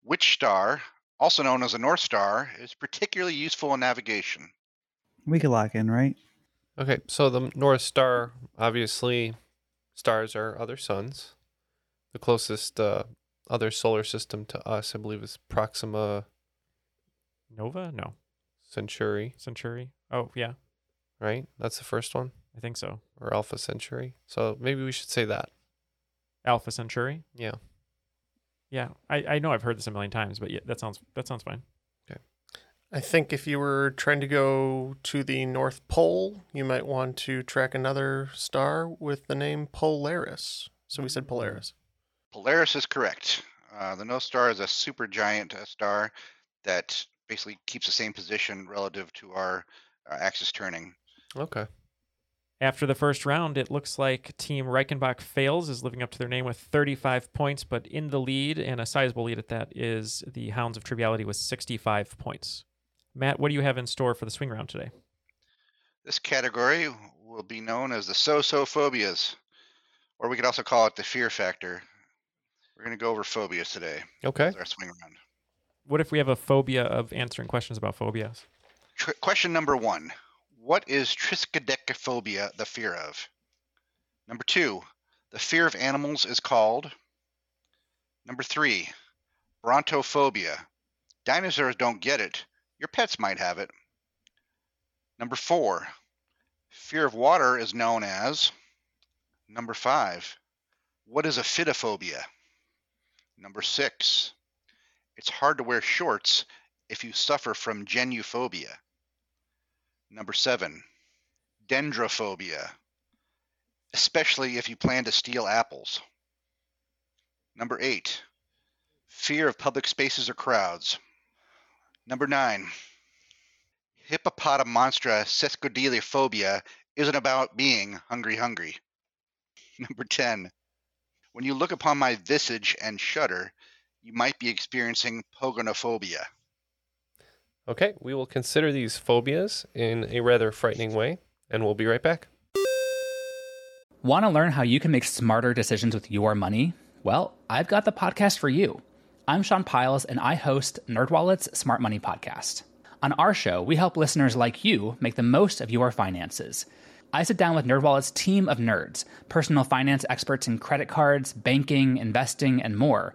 [SPEAKER 6] Which star, also known as a North Star, is particularly useful in navigation?
[SPEAKER 5] We could lock in, right?
[SPEAKER 3] Okay, so the North Star, obviously, stars are other suns. The closest uh, other solar system to us, I believe, is Proxima
[SPEAKER 2] Nova? No.
[SPEAKER 3] Centauri,
[SPEAKER 2] Century? Oh, yeah.
[SPEAKER 3] right? That's the first one,
[SPEAKER 2] I think so.
[SPEAKER 3] or Alpha Centauri. So maybe we should say that.
[SPEAKER 2] Alpha Centauri?
[SPEAKER 3] Yeah.
[SPEAKER 2] Yeah. I, I know I've heard this a million times, but yeah, that sounds that sounds fine.
[SPEAKER 4] I think if you were trying to go to the North Pole, you might want to track another star with the name Polaris. So we said Polaris.
[SPEAKER 6] Polaris is correct. Uh, the North Star is a supergiant uh, star that basically keeps the same position relative to our uh, axis turning.
[SPEAKER 3] Okay.
[SPEAKER 2] After the first round, it looks like Team Reichenbach fails, is living up to their name with 35 points, but in the lead, and a sizable lead at that, is the Hounds of Triviality with 65 points. Matt, what do you have in store for the swing round today?
[SPEAKER 6] This category will be known as the so-so phobias, or we could also call it the fear factor. We're going to go over phobias today.
[SPEAKER 3] Okay.
[SPEAKER 6] as our swing round.
[SPEAKER 2] What if we have a phobia of answering questions about phobias?
[SPEAKER 6] Tr- question number one: What is triskaidekaphobia the fear of? Number two: The fear of animals is called. Number three: Brontophobia. Dinosaurs don't get it. Your pets might have it. Number four: Fear of water is known as. Number five: What is aphidophobia? Number six: It's hard to wear shorts if you suffer from genophobia. Number seven, dendrophobia, especially if you plan to steal apples. Number eight, fear of public spaces or crowds. Number nine, hippopotamonstra sesquipedalophobia isn't about being hungry, hungry. <laughs> Number 10. When you look upon my visage and shudder, you might be experiencing pogonophobia.
[SPEAKER 3] Okay, we will consider these phobias in a rather frightening way, and we'll be right back.
[SPEAKER 2] Want to learn how you can make smarter decisions with your money? Well, I've got the podcast for you. I'm Sean Piles, and I host NerdWallet's Smart Money Podcast. On our show, we help listeners like you make the most of your finances. I sit down with NerdWallet's team of nerds, personal finance experts in credit cards, banking, investing, and more.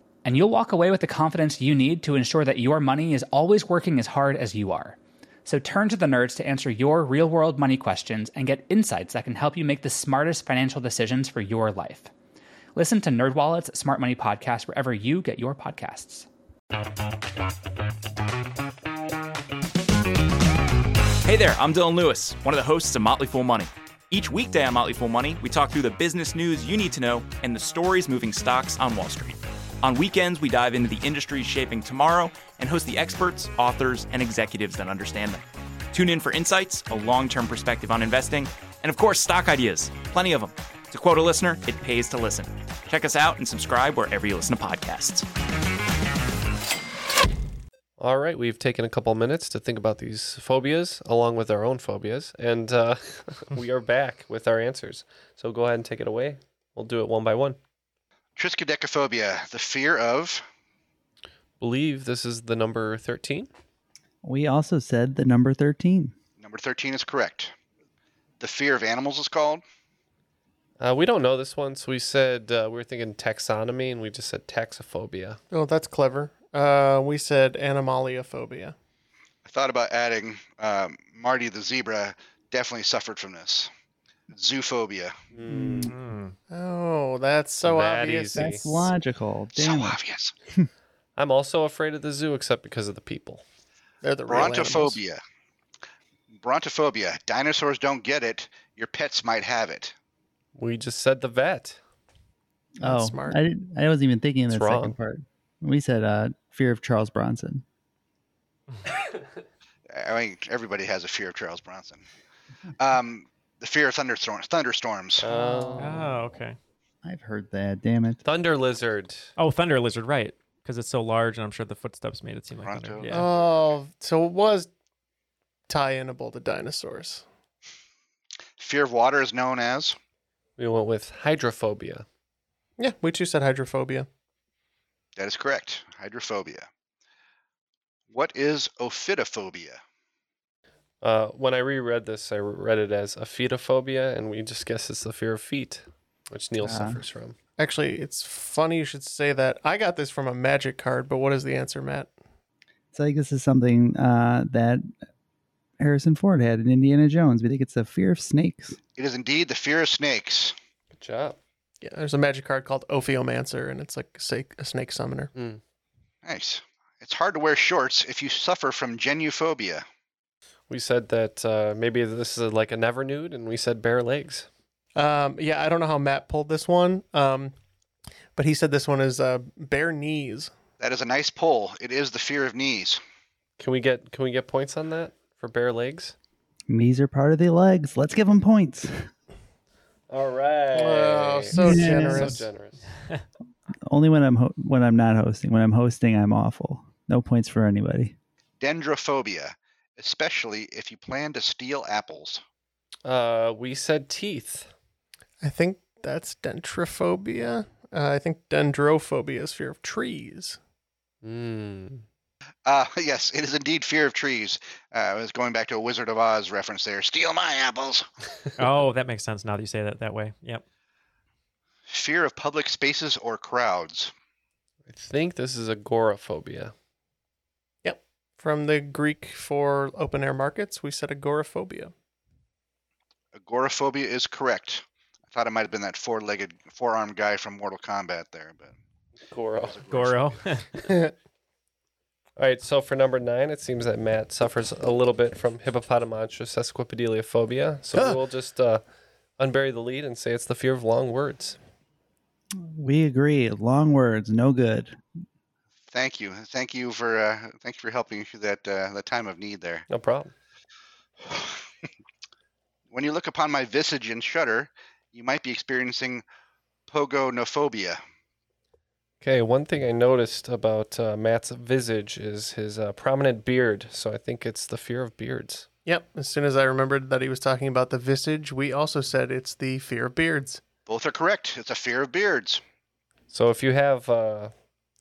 [SPEAKER 2] And you'll walk away with the confidence you need to ensure that your money is always working as hard as you are. So turn to the nerds to answer your real world money questions and get insights that can help you make the smartest financial decisions for your life. Listen to NerdWallet's Smart Money Podcast wherever you get your podcasts.
[SPEAKER 9] Hey there, I'm Dylan Lewis, one of the hosts of Motley Fool Money. Each weekday on Motley Fool Money, we talk through the business news you need to know and the stories moving stocks on Wall Street. On weekends, we dive into the industries shaping tomorrow and host the experts, authors, and executives that understand them. Tune in for insights, a long term perspective on investing, and of course, stock ideas. Plenty of them. To quote a listener, it pays to listen. Check us out and subscribe wherever you listen to podcasts.
[SPEAKER 3] All right, we've taken a couple minutes to think about these phobias along with our own phobias, and uh, <laughs> we are back with our answers. So go ahead and take it away. We'll do it one by one.
[SPEAKER 6] Triskaidekaphobia, the fear of.
[SPEAKER 3] Believe this is the number 13.
[SPEAKER 10] We also said the number 13.
[SPEAKER 6] Number 13 is correct. The fear of animals is called.
[SPEAKER 3] Uh, we don't know this one, so we said uh, we were thinking taxonomy, and we just said taxophobia.
[SPEAKER 11] Oh, that's clever. Uh, we said animaliophobia.
[SPEAKER 6] I thought about adding um, Marty the zebra definitely suffered from this. Zoophobia.
[SPEAKER 11] Oh, that's so
[SPEAKER 3] That
[SPEAKER 11] obvious.
[SPEAKER 3] easy.
[SPEAKER 10] That's logical.
[SPEAKER 6] So
[SPEAKER 10] Damn it.
[SPEAKER 6] obvious.
[SPEAKER 3] I'm also afraid of the zoo, except because of the people.
[SPEAKER 11] They're the
[SPEAKER 6] Brontophobia. Brontophobia. Dinosaurs don't get it. Your pets might have it.
[SPEAKER 3] We just said the vet.
[SPEAKER 10] oh, I, didn't, I wasn't even thinking of
[SPEAKER 3] It's
[SPEAKER 10] the
[SPEAKER 3] wrong.
[SPEAKER 10] second part. We said uh, fear of Charles Bronson.
[SPEAKER 6] I mean, everybody has a fear of
[SPEAKER 10] <laughs>
[SPEAKER 6] Charles Bronson. Um, the fear of thunderstorms. Thunderstorms.
[SPEAKER 10] Uh.
[SPEAKER 3] Um,
[SPEAKER 12] Oh, okay.
[SPEAKER 10] I've heard that. Damn it.
[SPEAKER 3] Thunder lizard.
[SPEAKER 12] Oh, thunder lizard, right? Because it's so large, and I'm sure the footsteps made it seem like thunder. Yeah.
[SPEAKER 11] Oh, so it was tie-inable to dinosaurs.
[SPEAKER 6] Fear of water is known as.
[SPEAKER 3] We went with hydrophobia.
[SPEAKER 11] Yeah, we too said hydrophobia.
[SPEAKER 6] That is correct. Hydrophobia. What is ophidophobia?
[SPEAKER 3] Uh, when I reread this, I read it as aphetophobia, and we just guess it's the fear of feet, which Neil
[SPEAKER 11] Ah.
[SPEAKER 3] suffers from.
[SPEAKER 11] Actually, it's funny you should say that. I got this from a magic card, but what is the answer, Matt?
[SPEAKER 10] It's like this is something uh, that Harrison Ford had in Indiana Jones. We think it's a fear of snakes.
[SPEAKER 6] It is indeed the fear of snakes.
[SPEAKER 3] Good job.
[SPEAKER 11] Yeah, there's a magic card called Ophiomancer, and it's like a snake, a snake summoner.
[SPEAKER 6] Nice. It's hard to wear shorts if you suffer from genophobia.
[SPEAKER 3] We said that uh, maybe this is like a never nude, and we said bare legs.
[SPEAKER 11] Um, yeah, I don't know how Matt pulled this one, um, but he said this one is uh, bare knees.
[SPEAKER 6] That is a nice pull. It is the fear of knees.
[SPEAKER 3] Can we get can we get points on that for bare legs?
[SPEAKER 10] Knees are part of the legs. Let's give them points.
[SPEAKER 3] All right.
[SPEAKER 11] Oh, so
[SPEAKER 10] Yes.
[SPEAKER 11] generous.
[SPEAKER 3] So generous.
[SPEAKER 10] Only when I'm ho- when I'm not hosting. When I'm hosting, I'm awful. No points for anybody.
[SPEAKER 6] Dendrophobia, especially if you plan to steal apples.
[SPEAKER 3] Uh, we said teeth.
[SPEAKER 11] I think that's dentrophobia. Uh, I think dendrophobia is fear of trees.
[SPEAKER 3] Mm.
[SPEAKER 6] Uh, <laughs> yes, it is indeed fear of trees. Uh, I was going back to a Wizard of Oz reference there. Steal my apples.
[SPEAKER 2] oh, that makes sense now that you say that that way. Yep.
[SPEAKER 6] Fear of public spaces or crowds.
[SPEAKER 3] I think this is agoraphobia.
[SPEAKER 4] From the Greek for open air markets, we said agoraphobia.
[SPEAKER 6] Agoraphobia is correct. I thought it might have been that four-legged, four-armed guy from Mortal Kombat there, but
[SPEAKER 3] Goro.
[SPEAKER 11] <laughs>
[SPEAKER 2] Goro.
[SPEAKER 3] <laughs> All right, so for number nine, it seems that Matt suffers a little bit from hippopotamonstrous sesquipedaliophobia. So we'll just uh, unbury the lead and say it's the fear of long words.
[SPEAKER 5] We agree. Long words, no good.
[SPEAKER 6] thank you, thank you for uh, thank you for helping through that uh, that time of need there.
[SPEAKER 3] No problem.
[SPEAKER 6] when you look upon my visage and shudder, you might be experiencing pogonophobia.
[SPEAKER 3] Okay, one thing I noticed about uh, Matt's visage is his uh, prominent beard. So I think it's the fear of beards.
[SPEAKER 4] Yep. As soon as I remembered that he was talking about the visage, we also said it's the fear of beards.
[SPEAKER 6] Both are correct. It's a fear of beards.
[SPEAKER 3] So if you have uh,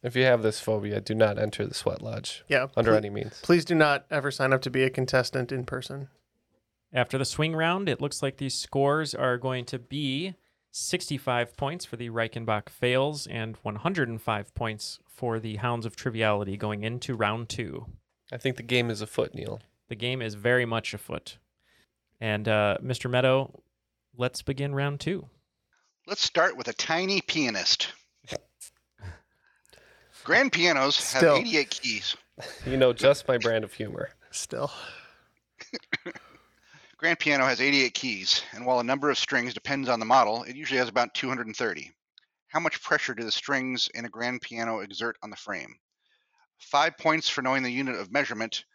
[SPEAKER 3] if you have this phobia, do not enter the sweat lodge.
[SPEAKER 4] Yeah.
[SPEAKER 3] under
[SPEAKER 4] ple-
[SPEAKER 3] any means.
[SPEAKER 4] Please do not ever sign up to be a contestant in person.
[SPEAKER 2] After the swing round, it looks like these scores are going to be 65 points for the Reichenbach fails and 105 points for the Hounds of Triviality going into round two.
[SPEAKER 3] I think the game is afoot, Neil.
[SPEAKER 2] The game is very much afoot. And uh, Mr. Meadow, let's begin round two.
[SPEAKER 6] Let's start with a tiny pianist. Grand pianos
[SPEAKER 3] Still.
[SPEAKER 6] have 88 keys.
[SPEAKER 3] You know just my brand of humor.
[SPEAKER 4] Still.
[SPEAKER 6] Grand piano has 88 keys, and while a number of strings depends on the model, it usually has about 230. How much pressure do the strings in a grand piano exert on the frame? 5 points for knowing the unit of measurement,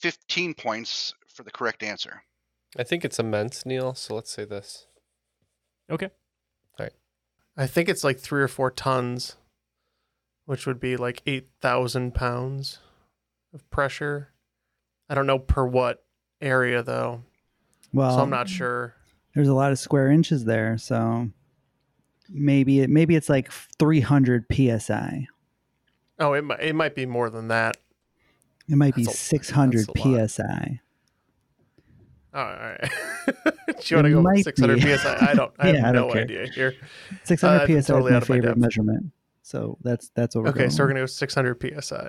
[SPEAKER 6] 15 points for the correct answer.
[SPEAKER 3] I think it's immense, Neil. So let's say this.
[SPEAKER 2] Okay.
[SPEAKER 4] I think it's like three or four tons, which would be like 8,000 pounds of pressure. I don't know per what area, though.
[SPEAKER 5] Well,
[SPEAKER 4] so I'm not sure. <laughs>
[SPEAKER 5] There's a lot of square inches there, so maybe it maybe it's like 300 psi.
[SPEAKER 4] Oh, it might, it might be more than that.
[SPEAKER 5] It might be
[SPEAKER 4] That's a-
[SPEAKER 5] 600
[SPEAKER 4] that's a lot.
[SPEAKER 5] psi.
[SPEAKER 4] Oh, all right. <laughs> Do you want
[SPEAKER 5] It
[SPEAKER 4] to go
[SPEAKER 5] might
[SPEAKER 4] with 600
[SPEAKER 5] be.
[SPEAKER 4] psi?
[SPEAKER 5] <laughs>
[SPEAKER 4] I don't. I
[SPEAKER 5] Yeah,
[SPEAKER 4] have
[SPEAKER 5] I
[SPEAKER 4] no
[SPEAKER 5] don't care.
[SPEAKER 4] idea here.
[SPEAKER 5] 600
[SPEAKER 4] Uh,
[SPEAKER 5] psi
[SPEAKER 4] totally out
[SPEAKER 5] is
[SPEAKER 4] of
[SPEAKER 5] my
[SPEAKER 4] my
[SPEAKER 5] favorite
[SPEAKER 4] depth.
[SPEAKER 5] measurement. So that's that's what we're
[SPEAKER 4] Okay,
[SPEAKER 5] going.
[SPEAKER 4] so we're
[SPEAKER 5] with.
[SPEAKER 4] gonna go 600 psi.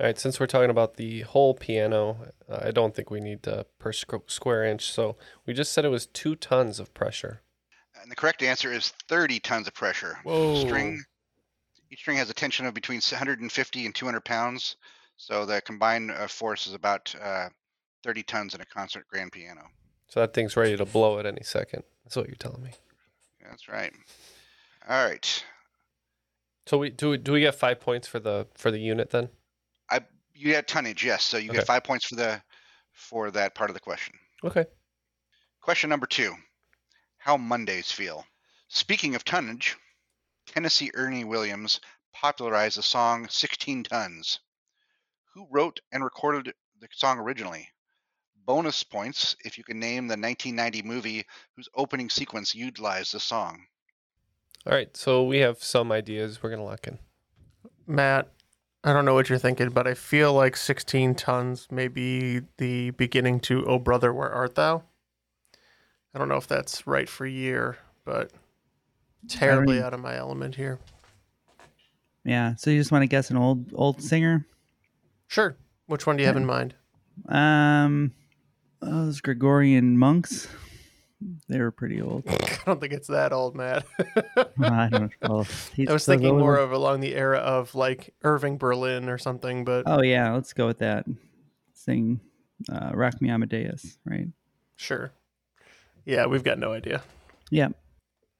[SPEAKER 3] All right, since we're talking about the whole piano, uh, I don't think we need uh, per squ- square inch. So we just said it was two tons of pressure.
[SPEAKER 6] And the correct answer is 30 tons of pressure.
[SPEAKER 3] Whoa.
[SPEAKER 6] String, each string has a tension of between 150 and 200 pounds, so the combined uh, force is about uh, 30 tons in a concert grand piano.
[SPEAKER 3] So that thing's ready to blow at any second. That's what you're telling me.
[SPEAKER 6] That's right. All right.
[SPEAKER 3] So we do. We, do we get five points for the for the unit then?
[SPEAKER 6] I you got tonnage, yes. So you
[SPEAKER 3] Okay.
[SPEAKER 6] get five points for the for that part of the question.
[SPEAKER 3] Okay.
[SPEAKER 6] Question number two: How Mondays feel. Speaking of tonnage, Tennessee Ernie Williams popularized the song "16 Tons." Who wrote and recorded the song originally? Bonus points if you can name the 1990 movie whose opening sequence utilized the song.
[SPEAKER 3] All right. So we have some ideas. We're gonna lock in.
[SPEAKER 4] Matt, I don't know what you're thinking, but I feel like 16 tons may be the beginning to "Oh Brother, Where Art Thou." I don't know if that's right for year, but terribly
[SPEAKER 5] mean-
[SPEAKER 4] out of my element here.
[SPEAKER 5] Yeah. So you just want to guess an old old singer?
[SPEAKER 4] Sure. Which one do you have in
[SPEAKER 5] Yeah.
[SPEAKER 4] mind?
[SPEAKER 5] Um, those Gregorian monks. They were pretty old.
[SPEAKER 4] I don't think it's that old, Matt.
[SPEAKER 5] <laughs> I don't
[SPEAKER 4] <laughs>
[SPEAKER 5] know.
[SPEAKER 4] I was thinking more of along the era of like Irving Berlin or something, but
[SPEAKER 5] Oh yeah, let's go with that. Sing, uh, "Rock Me Amadeus," right?
[SPEAKER 4] sure. Yeah, we've got no idea.
[SPEAKER 5] Yeah.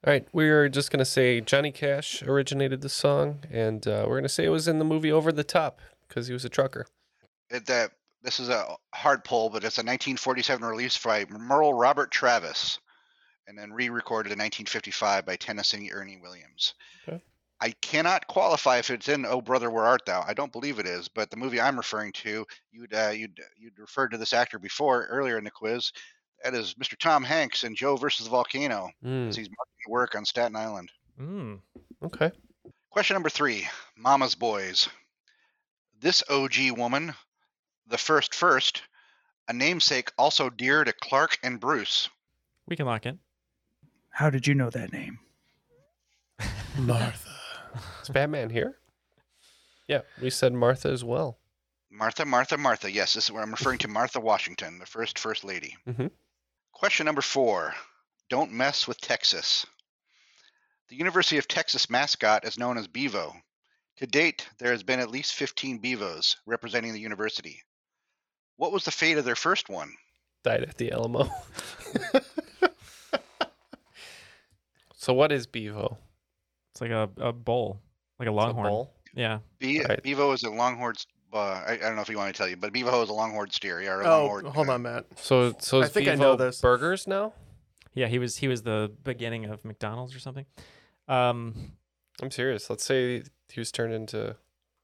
[SPEAKER 3] All right. We're just gonna say Johnny Cash originated the song, and uh, we're gonna say it was in the movie Over the Top because he was a trucker.
[SPEAKER 6] it, that this is a hard pull, but it's a 1947 release by Merle Robert Travis, and then re-recorded in 1955 by Tennessee Ernie Williams.
[SPEAKER 3] Okay.
[SPEAKER 6] I cannot qualify if it's in "Oh Brother, Where Art Thou." I don't believe it is, but the movie I'm referring to, you'd uh, you'd you'd referred to this actor before earlier in the quiz. That is Mr. Tom Hanks in Joe versus the Volcano,
[SPEAKER 3] Mm.
[SPEAKER 6] as he's marking work on Staten Island.
[SPEAKER 2] Mm.
[SPEAKER 3] Okay.
[SPEAKER 6] Question number three Mama's Boys. This OG woman, the first first, a namesake also dear to Clark and Bruce.
[SPEAKER 2] We can lock in.
[SPEAKER 5] How did you know that name?
[SPEAKER 3] Martha. Is Batman here? Yeah, we said Martha as well.
[SPEAKER 6] Martha, Martha, Martha. Yes, this is where I'm referring to Martha Washington, the first first lady.
[SPEAKER 3] Mhm.
[SPEAKER 6] Question number four. Don't mess with Texas. The University of Texas mascot is known as Bevo. To date, there has been at least 15 Bevos representing the university. What was the fate of their first one?
[SPEAKER 3] Died at the Alamo. <laughs> so what is Bevo?
[SPEAKER 2] It's like a, a bowl, like a longhorn.
[SPEAKER 3] bowl?
[SPEAKER 2] Yeah.
[SPEAKER 6] Be-
[SPEAKER 3] Right.
[SPEAKER 6] Bevo is a longhorn. st- Uh, I, I don't know if you want to tell you, but Bevo is a longhorn steer. yeah, Or a
[SPEAKER 4] Oh,
[SPEAKER 6] longhorn.
[SPEAKER 4] hold on, Matt.
[SPEAKER 3] So so
[SPEAKER 4] I
[SPEAKER 3] is
[SPEAKER 4] think I
[SPEAKER 3] Bevo
[SPEAKER 4] know this.
[SPEAKER 3] burgers now?
[SPEAKER 2] Yeah, he was he was the beginning of McDonald's or something. Um,
[SPEAKER 3] I'm serious. Let's say he was turned into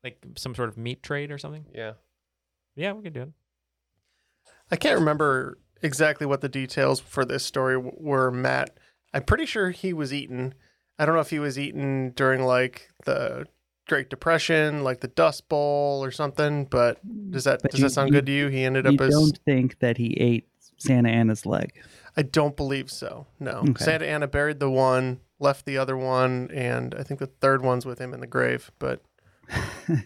[SPEAKER 2] like some sort of meat trade or something.
[SPEAKER 3] yeah.
[SPEAKER 2] Yeah, we could do it.
[SPEAKER 4] I can't remember exactly what the details for this story w- were, Matt. I'm pretty sure he was eaten. I don't know if he was eaten during like the Great Depression, like the Dust Bowl or something, but does that
[SPEAKER 5] But
[SPEAKER 4] does
[SPEAKER 5] you-
[SPEAKER 4] that sound
[SPEAKER 5] you-
[SPEAKER 4] good to you? He ended
[SPEAKER 5] you
[SPEAKER 4] up as
[SPEAKER 5] don't think that he ate Santa Anna's leg.
[SPEAKER 4] I don't believe so. No.
[SPEAKER 5] Okay.
[SPEAKER 4] Santa Anna buried the one, left the other one, and I think the third one's with him in the grave, but
[SPEAKER 5] <laughs>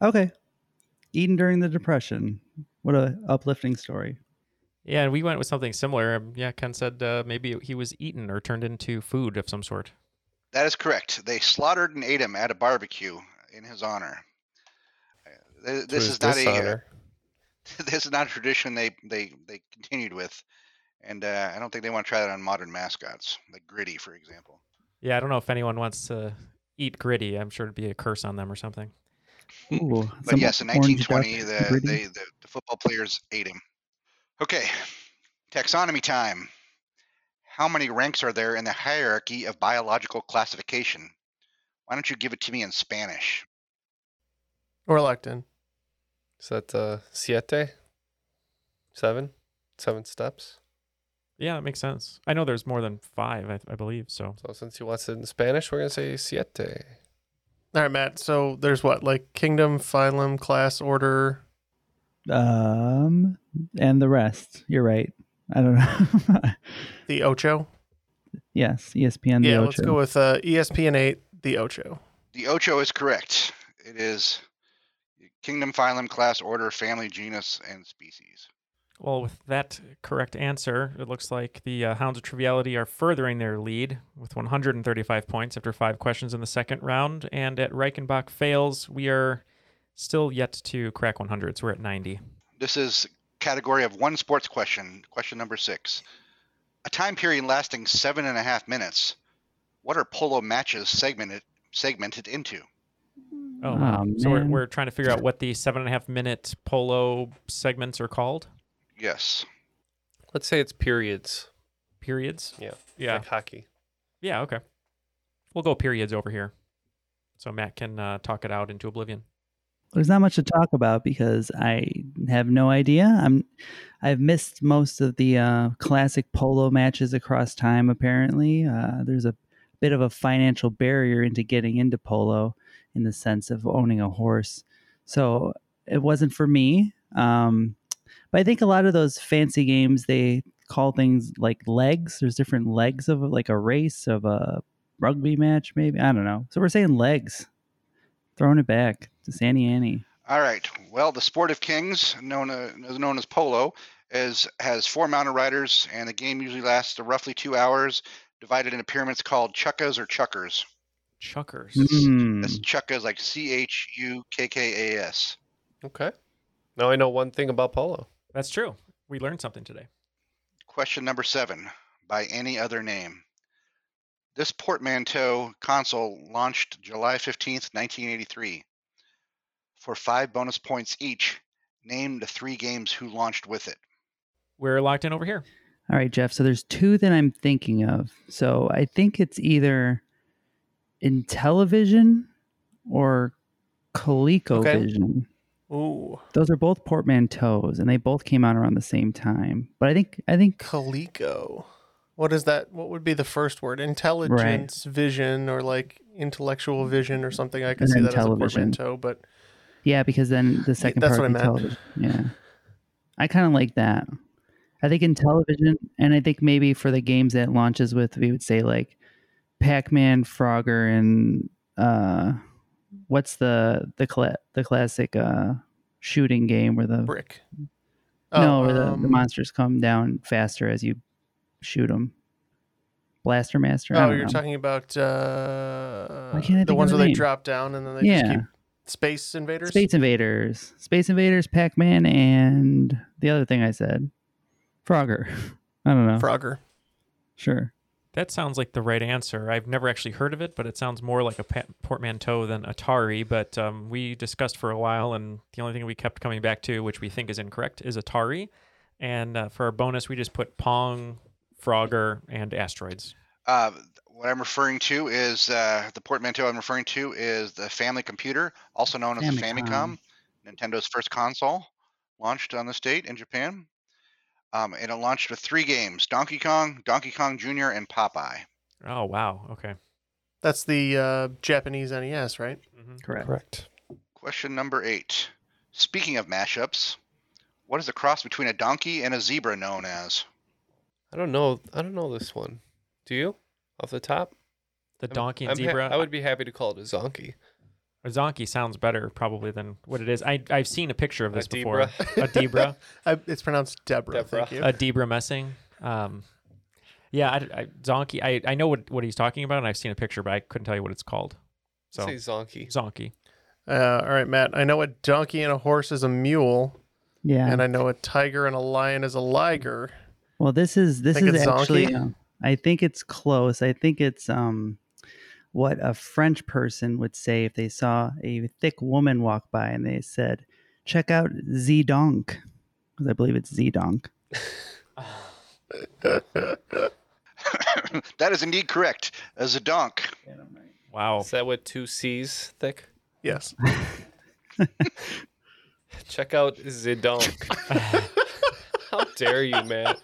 [SPEAKER 5] Okay. Eaten during the Depression. What a uplifting story.
[SPEAKER 2] Yeah, and we went with something similar. Um, Yeah, Ken said uh, maybe he was eaten or turned into food of some sort.
[SPEAKER 6] That is correct. They slaughtered and ate him at a barbecue in his honor. Uh, th- This
[SPEAKER 3] his
[SPEAKER 6] is not a uh,
[SPEAKER 3] dishonor.
[SPEAKER 6] <laughs> this is not a tradition they they they continued with, and uh, I don't think they want to try that on modern mascots like Gritty, for example.
[SPEAKER 2] Yeah, I don't know if anyone wants to eat gritty. I'm sure it'd be a curse on them or something.
[SPEAKER 5] Ooh,
[SPEAKER 6] But
[SPEAKER 5] some
[SPEAKER 6] yes, in
[SPEAKER 5] orange
[SPEAKER 6] 1920,
[SPEAKER 5] duck
[SPEAKER 6] the,
[SPEAKER 5] gritty.
[SPEAKER 6] they, the the football players ate him. Okay, taxonomy time. How many ranks are there in the hierarchy of biological classification? Why don't you give it to me in Spanish?
[SPEAKER 4] or lectin.
[SPEAKER 3] Is that uh siete? Seven? Seven steps?
[SPEAKER 2] Yeah, that makes sense. I know there's more than five, I, I believe. So
[SPEAKER 3] So since he wants it in Spanish, we're gonna say siete.
[SPEAKER 4] All right, Matt. So there's what, like kingdom, phylum, class, order.
[SPEAKER 5] Um, and the rest. You're right. I don't know. <laughs>
[SPEAKER 4] The Ocho?
[SPEAKER 5] yes, E ESPN.
[SPEAKER 4] yeah,
[SPEAKER 5] the
[SPEAKER 4] let's
[SPEAKER 5] Ocho.
[SPEAKER 4] go with uh, ESPN 8, the Ocho.
[SPEAKER 6] The Ocho is correct. It is kingdom, phylum, class, order, family, genus, and species.
[SPEAKER 2] Well, with that correct answer, it looks like the uh, Hounds of Triviality are furthering their lead with 135 points after five questions in the second round. And at Reichenbach fails, we are still yet to crack 100, so we're at 90.
[SPEAKER 6] This is category of one sports question, question number six. A time period lasting seven and a half minutes. What are polo matches segmented segmented into?
[SPEAKER 2] Oh,
[SPEAKER 5] Aw,
[SPEAKER 2] wow. so we're,
[SPEAKER 5] man.
[SPEAKER 2] we're trying to figure out what the seven and a half minute polo segments are called.
[SPEAKER 6] Yes.
[SPEAKER 3] Let's say it's periods.
[SPEAKER 2] Periods.
[SPEAKER 3] Yeah.
[SPEAKER 2] Yeah.
[SPEAKER 3] Like hockey.
[SPEAKER 2] Yeah. Okay. We'll go periods over here, so Matt can uh, talk it out into oblivion.
[SPEAKER 5] There's not much to talk about because I have no idea. I'm, I've missed most of the uh, classic polo matches across time. Apparently, uh, there's a bit of a financial barrier into getting into polo, in the sense of owning a horse. So it wasn't for me. Um, but I think a lot of those fancy games they call things like legs. There's different legs of like a race of a rugby match, maybe I don't know. So we're saying legs. Throwing it back to Sandy Annie.
[SPEAKER 6] All right. Well, the sport of kings, known as, known as polo, is has four mountain riders, and the game usually lasts roughly two hours, divided into pyramids called chuckas or chuckers.
[SPEAKER 2] Chuckers.
[SPEAKER 5] Hmm.
[SPEAKER 6] That's
[SPEAKER 2] Hmm.
[SPEAKER 6] chuckas, like C H U K K A S.
[SPEAKER 3] Okay. Now I know one thing about polo.
[SPEAKER 2] That's true. We learned something today.
[SPEAKER 6] Question number seven by any other name. This portmanteau console launched July 15th, 1983. For five bonus points each, name the three games who launched with it.
[SPEAKER 2] We're locked in over here.
[SPEAKER 5] All right, Jeff. So there's two that I'm thinking of. So I think it's either in television or ColecoVision.
[SPEAKER 4] Ooh.
[SPEAKER 5] Those are both portmanteaus, and they both came out around the same time. But I think I think
[SPEAKER 4] Coleco. What is that? What would be the first word? Intelligence, vision, or like intellectual vision or something. I could
[SPEAKER 5] And
[SPEAKER 4] see
[SPEAKER 5] then
[SPEAKER 4] that as a
[SPEAKER 5] television.
[SPEAKER 4] portmanteau, but
[SPEAKER 5] Yeah, because then the second
[SPEAKER 4] that's
[SPEAKER 5] part
[SPEAKER 4] what
[SPEAKER 5] would
[SPEAKER 4] I
[SPEAKER 5] be
[SPEAKER 4] meant.
[SPEAKER 5] television. Yeah. I kind of like that. I think in television, and I think maybe for the games that it launches with, we would say like Pac Man, Frogger, and uh, what's the the cla- the classic uh, shooting game where the
[SPEAKER 4] brick?
[SPEAKER 5] no,
[SPEAKER 4] Oh,
[SPEAKER 5] where the, the
[SPEAKER 4] um,
[SPEAKER 5] monsters come down faster as you shoot them. Blaster Master. I
[SPEAKER 4] Oh,
[SPEAKER 5] don't
[SPEAKER 4] you're
[SPEAKER 5] know.
[SPEAKER 4] talking about uh,
[SPEAKER 5] Why can't I think
[SPEAKER 4] the
[SPEAKER 5] of
[SPEAKER 4] ones
[SPEAKER 5] the
[SPEAKER 4] where they
[SPEAKER 5] name?
[SPEAKER 4] drop down and then they just
[SPEAKER 5] Yeah.
[SPEAKER 4] keep Space Invaders.
[SPEAKER 5] Space Invaders, Space Invaders, Pac Man, and the other thing I said, Frogger. I don't know.
[SPEAKER 4] Frogger.
[SPEAKER 5] Sure.
[SPEAKER 2] That sounds like the right answer. I've never actually heard of it, but it sounds more like a pa- portmanteau than Atari. But um, we discussed for a while, and the only thing we kept coming back to, which we think is incorrect, is Atari. And uh, for our bonus, we just put Pong, Frogger, and Asteroids.
[SPEAKER 6] Uh, what I'm referring to is uh, the portmanteau I'm referring to is the Family Computer, also known as the Famicom,
[SPEAKER 5] Famicom.
[SPEAKER 6] Nintendo's first console, launched on this date in Japan. Um, and it launched with three games Donkey Kong, Donkey Kong Jr., and Popeye.
[SPEAKER 2] Oh wow. Okay.
[SPEAKER 4] That's the uh, Japanese NES, right?
[SPEAKER 5] Correct.
[SPEAKER 3] Correct.
[SPEAKER 6] Question number eight. Speaking of mashups, what is the cross between a donkey and a zebra known as? <coughs>
[SPEAKER 3] I don't know. I don't know this one. Do you? Off the top?
[SPEAKER 2] The
[SPEAKER 3] I'm-
[SPEAKER 2] donkey and
[SPEAKER 3] I'm ha-
[SPEAKER 2] zebra.
[SPEAKER 3] I would be happy to call it a zonkey.
[SPEAKER 2] A zonkey sounds better probably than what it is. I I've seen a picture of
[SPEAKER 3] A
[SPEAKER 2] this before. A
[SPEAKER 3] debra.
[SPEAKER 2] debra.
[SPEAKER 4] <laughs> I, it's pronounced Deborah. Thank you.
[SPEAKER 2] a Debra messing. Um, yeah, I, I, Zonky. I, I know what, what he's talking about, and I've seen a picture, but I couldn't tell you what it's called. So
[SPEAKER 3] Say zonky.
[SPEAKER 2] Zonky.
[SPEAKER 4] Uh, all right, Matt. I know a donkey and a horse is a mule.
[SPEAKER 5] Yeah.
[SPEAKER 4] And I know a tiger and a lion is a liger.
[SPEAKER 5] Well, this is this
[SPEAKER 4] Think
[SPEAKER 5] is
[SPEAKER 4] it's Zonky?
[SPEAKER 5] actually. um, I think it's close. I think it's um, what a French person would say if they saw a thick woman walk by and they said, "Check out Zedonk," because I believe it's Zedonk.
[SPEAKER 6] that is indeed correct. A zedonk.
[SPEAKER 2] Wow.
[SPEAKER 3] Is that what two C's thick?
[SPEAKER 4] Yes.
[SPEAKER 3] <laughs> Check out
[SPEAKER 2] <laughs>
[SPEAKER 3] Zidonk. How dare you, man?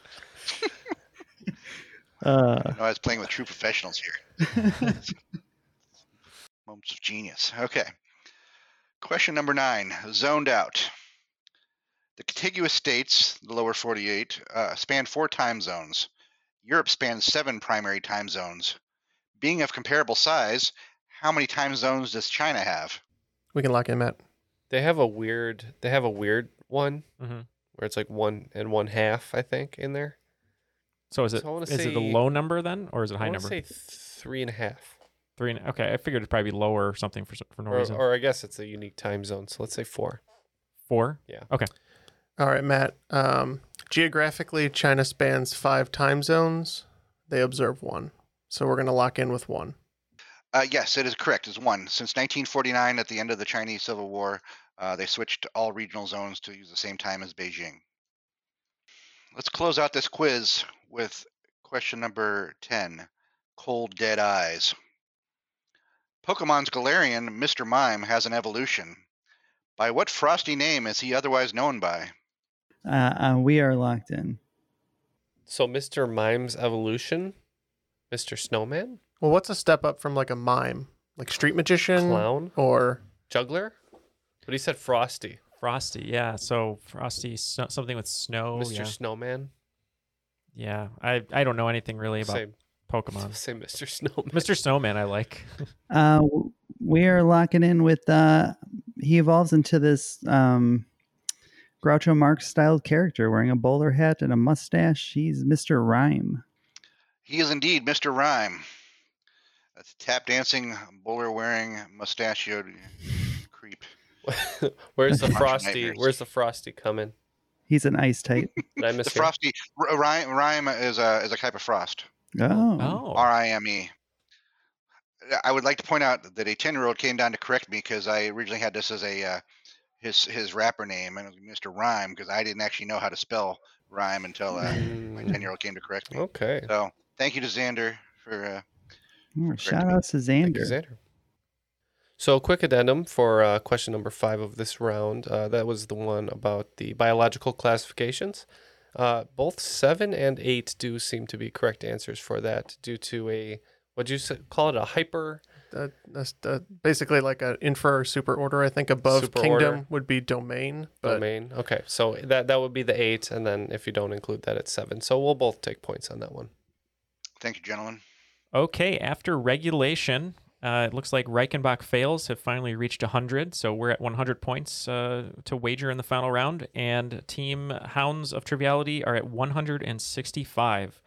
[SPEAKER 5] Uh,
[SPEAKER 6] No, I was playing with true professionals here. Moments of genius. Okay. Question number nine zoned out. The contiguous states, the lower 48, uh, span four time zones. Europe spans seven primary time zones. Being of comparable size, how many time zones does China have?
[SPEAKER 4] We can lock in, Matt.
[SPEAKER 3] They have a weird. They have a weird one
[SPEAKER 2] Mm-hmm.
[SPEAKER 3] where it's like one and one half, I think, in there.
[SPEAKER 2] So is it is
[SPEAKER 3] So I wanna
[SPEAKER 2] it the
[SPEAKER 3] say-
[SPEAKER 2] low number then, or is it a
[SPEAKER 3] I
[SPEAKER 2] high
[SPEAKER 3] wanna
[SPEAKER 2] number?
[SPEAKER 3] say three and a half,
[SPEAKER 2] Three. And, okay, I figured it'd probably be lower or something for s- for no
[SPEAKER 3] or,
[SPEAKER 2] reason.
[SPEAKER 3] or I guess it's a unique time zone. So let's say four.
[SPEAKER 2] Four.
[SPEAKER 3] Yeah.
[SPEAKER 2] Okay.
[SPEAKER 4] All right, Matt. Um, geographically, China spans five time zones. They observe one. So we're going to lock in with one.
[SPEAKER 6] Uh, yes, it is correct. It's one. Since 1949, at the end of the Chinese Civil War, uh, they switched all regional zones to use the same time as Beijing. Let's close out this quiz with question number 10 Cold Dead Eyes. Pokemon's Galarian, Mr. Mime, has an evolution. By what frosty name is he otherwise known by?
[SPEAKER 5] Uh, uh, we are locked in.
[SPEAKER 3] So Mr. Mime's evolution, Mr. Snowman,
[SPEAKER 4] Well, what's a step up from like a mime? Like street magician?
[SPEAKER 3] Clown?
[SPEAKER 4] Or
[SPEAKER 3] juggler. But he said Frosty,
[SPEAKER 2] Frosty. Yeah. So Frosty. So, something with snow.
[SPEAKER 3] Mr.
[SPEAKER 2] Oh, Yeah.
[SPEAKER 3] Snowman.
[SPEAKER 2] yeah. I I don't know anything really about
[SPEAKER 3] Same.
[SPEAKER 2] Pokemon.
[SPEAKER 3] Say Mr. Snowman. <laughs>
[SPEAKER 2] Mr. Snowman. I like.
[SPEAKER 5] Uh, w- we are locking in with. Uh, he evolves into this um, Groucho Marx styled character wearing a bowler hat and a mustache. He's Mister Rhyme.
[SPEAKER 6] He is indeed Mr. Rhyme, a tap dancing, bowler wearing, mustachioed creep.
[SPEAKER 3] Where's the
[SPEAKER 6] March
[SPEAKER 3] Frosty?
[SPEAKER 6] Nightmares.
[SPEAKER 3] Where's the Frosty coming?
[SPEAKER 5] He's an ice type.
[SPEAKER 3] Did I
[SPEAKER 6] The
[SPEAKER 3] miss
[SPEAKER 6] frosty r- rhyme, rhyme is a is a type of frost.
[SPEAKER 5] oh.
[SPEAKER 6] R I M E. I would like to point out that a ten year old came down to correct me because I originally had this as a uh, his his rapper name and it was Mr. Rhyme because I didn't actually know how to spell rhyme until uh, my
[SPEAKER 3] Mm.
[SPEAKER 6] ten year old came to correct me.
[SPEAKER 3] Okay.
[SPEAKER 6] So thank you to Xander for. Uh,
[SPEAKER 5] Oh, shout out to Xander.
[SPEAKER 3] Xander. So, quick addendum for uh, question number five of this round. Uh, that was the one about the biological classifications. Uh, both seven and eight do seem to be correct answers for that, due to a what would you say, call it a hyper
[SPEAKER 4] Uh, that's uh, basically like an infra or super order. I think above
[SPEAKER 3] Super
[SPEAKER 4] kingdom
[SPEAKER 3] order.
[SPEAKER 4] would be domain. But
[SPEAKER 3] domain. Okay, so that that would be the eight, and then if you don't include that, it's seven. So we'll both take points on that one.
[SPEAKER 6] Thank you, gentlemen.
[SPEAKER 2] Okay, after regulation, uh, it looks like Reichenbach fails have finally reached 100, so we're at 100 points uh, to wager in the final round, and Team Hounds of Triviality are at 165.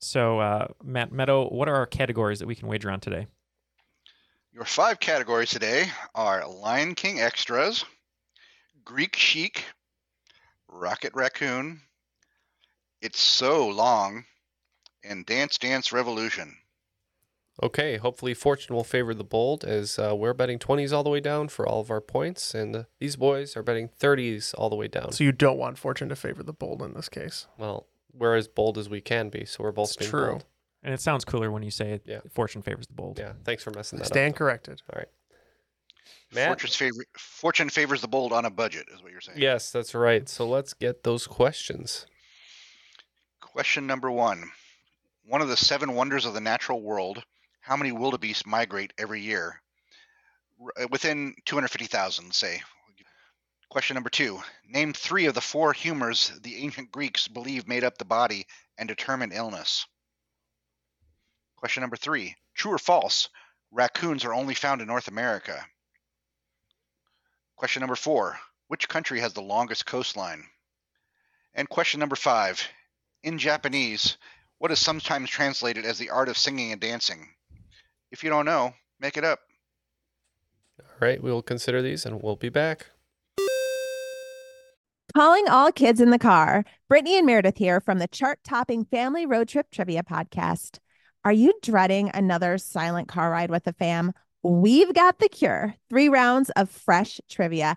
[SPEAKER 2] So, uh, Matt Meadow, what are our categories that we can wager on today?
[SPEAKER 6] Your five categories today are Lion King extras, Greek chic, Rocket Raccoon, It's So Long, and Dance Dance Revolution.
[SPEAKER 3] Okay, hopefully fortune will favor the bold as uh, we're betting 20s all the way down for all of our points, and uh, these boys are betting 30s all the way down.
[SPEAKER 4] so you don't want fortune to favor the bold in this case.
[SPEAKER 3] well, we're as bold as we can be, so we're both being
[SPEAKER 4] true.
[SPEAKER 3] bold.
[SPEAKER 2] And it sounds cooler when you say fortune favors the bold.
[SPEAKER 3] Yeah, thanks for messing
[SPEAKER 4] I
[SPEAKER 3] that
[SPEAKER 4] stand
[SPEAKER 3] up. though.
[SPEAKER 4] corrected.
[SPEAKER 3] All right.
[SPEAKER 6] Fortune's favor- Fortune favors the bold on a budget, is what you're saying.
[SPEAKER 3] Yes, that's right. So let's get those questions.
[SPEAKER 6] Question number one. One of the seven wonders of the natural world, how many wildebeest migrate every year? R- uh, Within 250,000, say. Question number two. Name three of the four humors the ancient Greeks believed made up the body and determined illness. Question number three. True or false? Raccoons are only found in North America. Question number four. Which country has the longest coastline? And question number five in Japanese, what is sometimes translated as the art of singing and dancing? If you don't know, make it up.
[SPEAKER 3] All right, we will consider these and we'll be back.
[SPEAKER 13] Calling all kids in the car. Brittany and Meredith here from the chart topping Family Road Trip Trivia Podcast. Are you dreading another silent car ride with the fam? We've got the cure. Three rounds of fresh trivia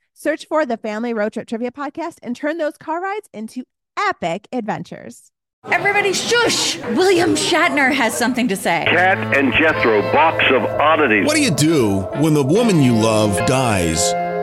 [SPEAKER 13] Search for the Family Road Trip Trivia Podcast and turn those car rides into epic adventures.
[SPEAKER 14] Everybody, shush! William Shatner has something to say.
[SPEAKER 15] Cat and Jethro, box of oddities.
[SPEAKER 16] What do you do when the woman you love dies?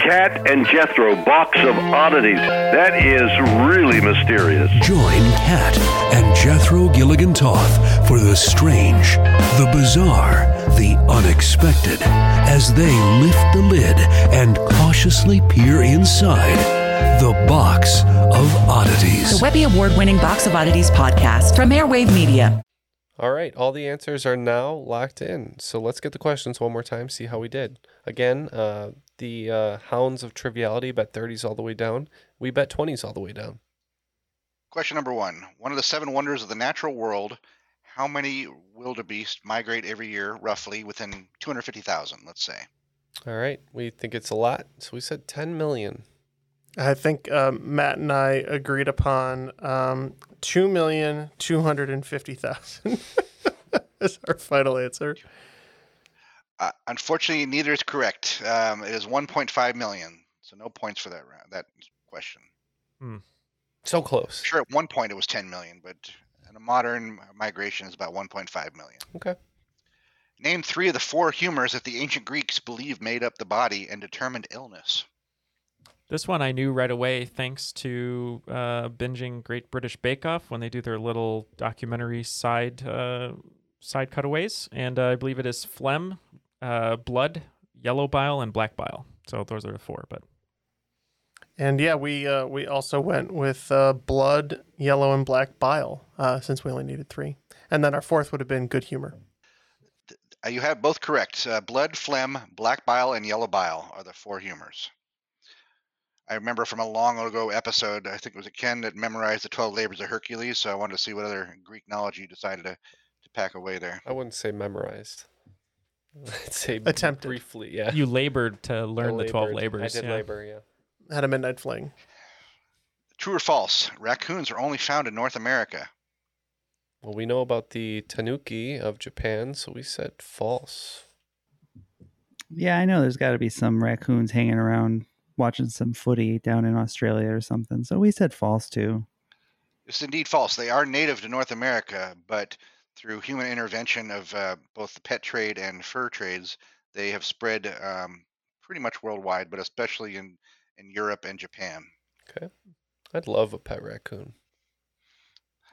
[SPEAKER 15] Cat and Jethro, box of oddities. That is really mysterious.
[SPEAKER 17] Join Kat and Jethro Gilligan Toth for the strange, the bizarre, the unexpected as they lift the lid and cautiously peer inside the box of oddities.
[SPEAKER 18] The Webby Award winning Box of Oddities podcast from Airwave Media.
[SPEAKER 3] All right, all the answers are now locked in. So let's get the questions one more time, see how we did. Again, uh, the uh, hounds of triviality bet 30s all the way down. We bet 20s all the way down.
[SPEAKER 6] Question number one. One of the seven wonders of the natural world, how many wildebeest migrate every year, roughly, within 250,000, let's say?
[SPEAKER 3] All right, we think it's a lot. So we said 10 million.
[SPEAKER 4] I think um, Matt and I agreed upon um, two million two hundred and fifty thousand. <laughs> Is our final answer?
[SPEAKER 6] Uh, unfortunately, neither is correct. Um, it is 1.5 million, so no points for that round, that question.
[SPEAKER 3] So close.
[SPEAKER 6] Sure, at one point it was 10 million, but in a modern migration is about 1.5 million.
[SPEAKER 3] Okay.
[SPEAKER 6] Name three of the four humors that the ancient Greeks believed made up the body and determined illness.
[SPEAKER 2] This one I knew right away thanks to uh, binging Great British Bake Off when they do their little documentary side uh, side cutaways, and uh, I believe it is phlegm, uh, blood, yellow bile, and black bile. So those are the four. But
[SPEAKER 4] And yeah, we uh, we also went with uh, blood, yellow, and black bile uh, since we only needed three. And then our fourth would have been good humor.
[SPEAKER 6] Uh, you have both correct. Uh, blood, phlegm, black bile, and yellow bile are the four humors. I remember from a long ago episode, I think it was Ken that memorized the 12 labors of Hercules, so I wanted to see what other Greek knowledge you decided to, to pack away there.
[SPEAKER 3] I wouldn't say memorized. <laughs> I'd say
[SPEAKER 4] Attempted.
[SPEAKER 3] briefly, yeah.
[SPEAKER 2] You labored to learn the 12
[SPEAKER 3] labored.
[SPEAKER 2] labors.
[SPEAKER 3] I did
[SPEAKER 2] yeah.
[SPEAKER 3] labor, yeah.
[SPEAKER 4] Had a midnight fling.
[SPEAKER 6] True or false? Raccoons are only found in North America.
[SPEAKER 3] Well, we know about the tanuki of Japan, so we said false.
[SPEAKER 5] Yeah, I know there's got to be some raccoons hanging around watching some footy down in Australia or something. So we said false too.
[SPEAKER 6] It's indeed false. They are native to North America, but through human intervention of uh, both the pet trade and fur trades, they have spread um, pretty much worldwide, but especially in, in Europe and Japan.
[SPEAKER 3] Okay. I'd love a pet raccoon.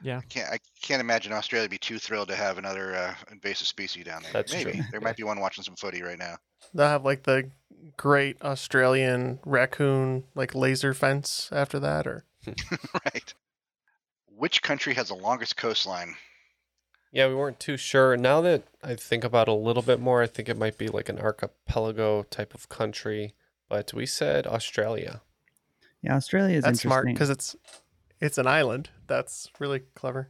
[SPEAKER 2] Yeah.
[SPEAKER 6] I can't, I can't imagine Australia be too thrilled to have another uh, invasive species down there.
[SPEAKER 3] That's
[SPEAKER 6] Maybe.
[SPEAKER 3] true.
[SPEAKER 6] There might be one watching some footy right now.
[SPEAKER 4] They'll have like the great Australian raccoon like laser fence after that, or
[SPEAKER 6] <laughs> right. Which country has the longest coastline?
[SPEAKER 3] Yeah, we weren't too sure. Now that I think about it a little bit more, I think it might be like an archipelago type of country. But we said Australia.
[SPEAKER 5] Yeah, Australia is
[SPEAKER 4] that's smart
[SPEAKER 5] interesting.
[SPEAKER 4] because it's it's an island. That's really clever.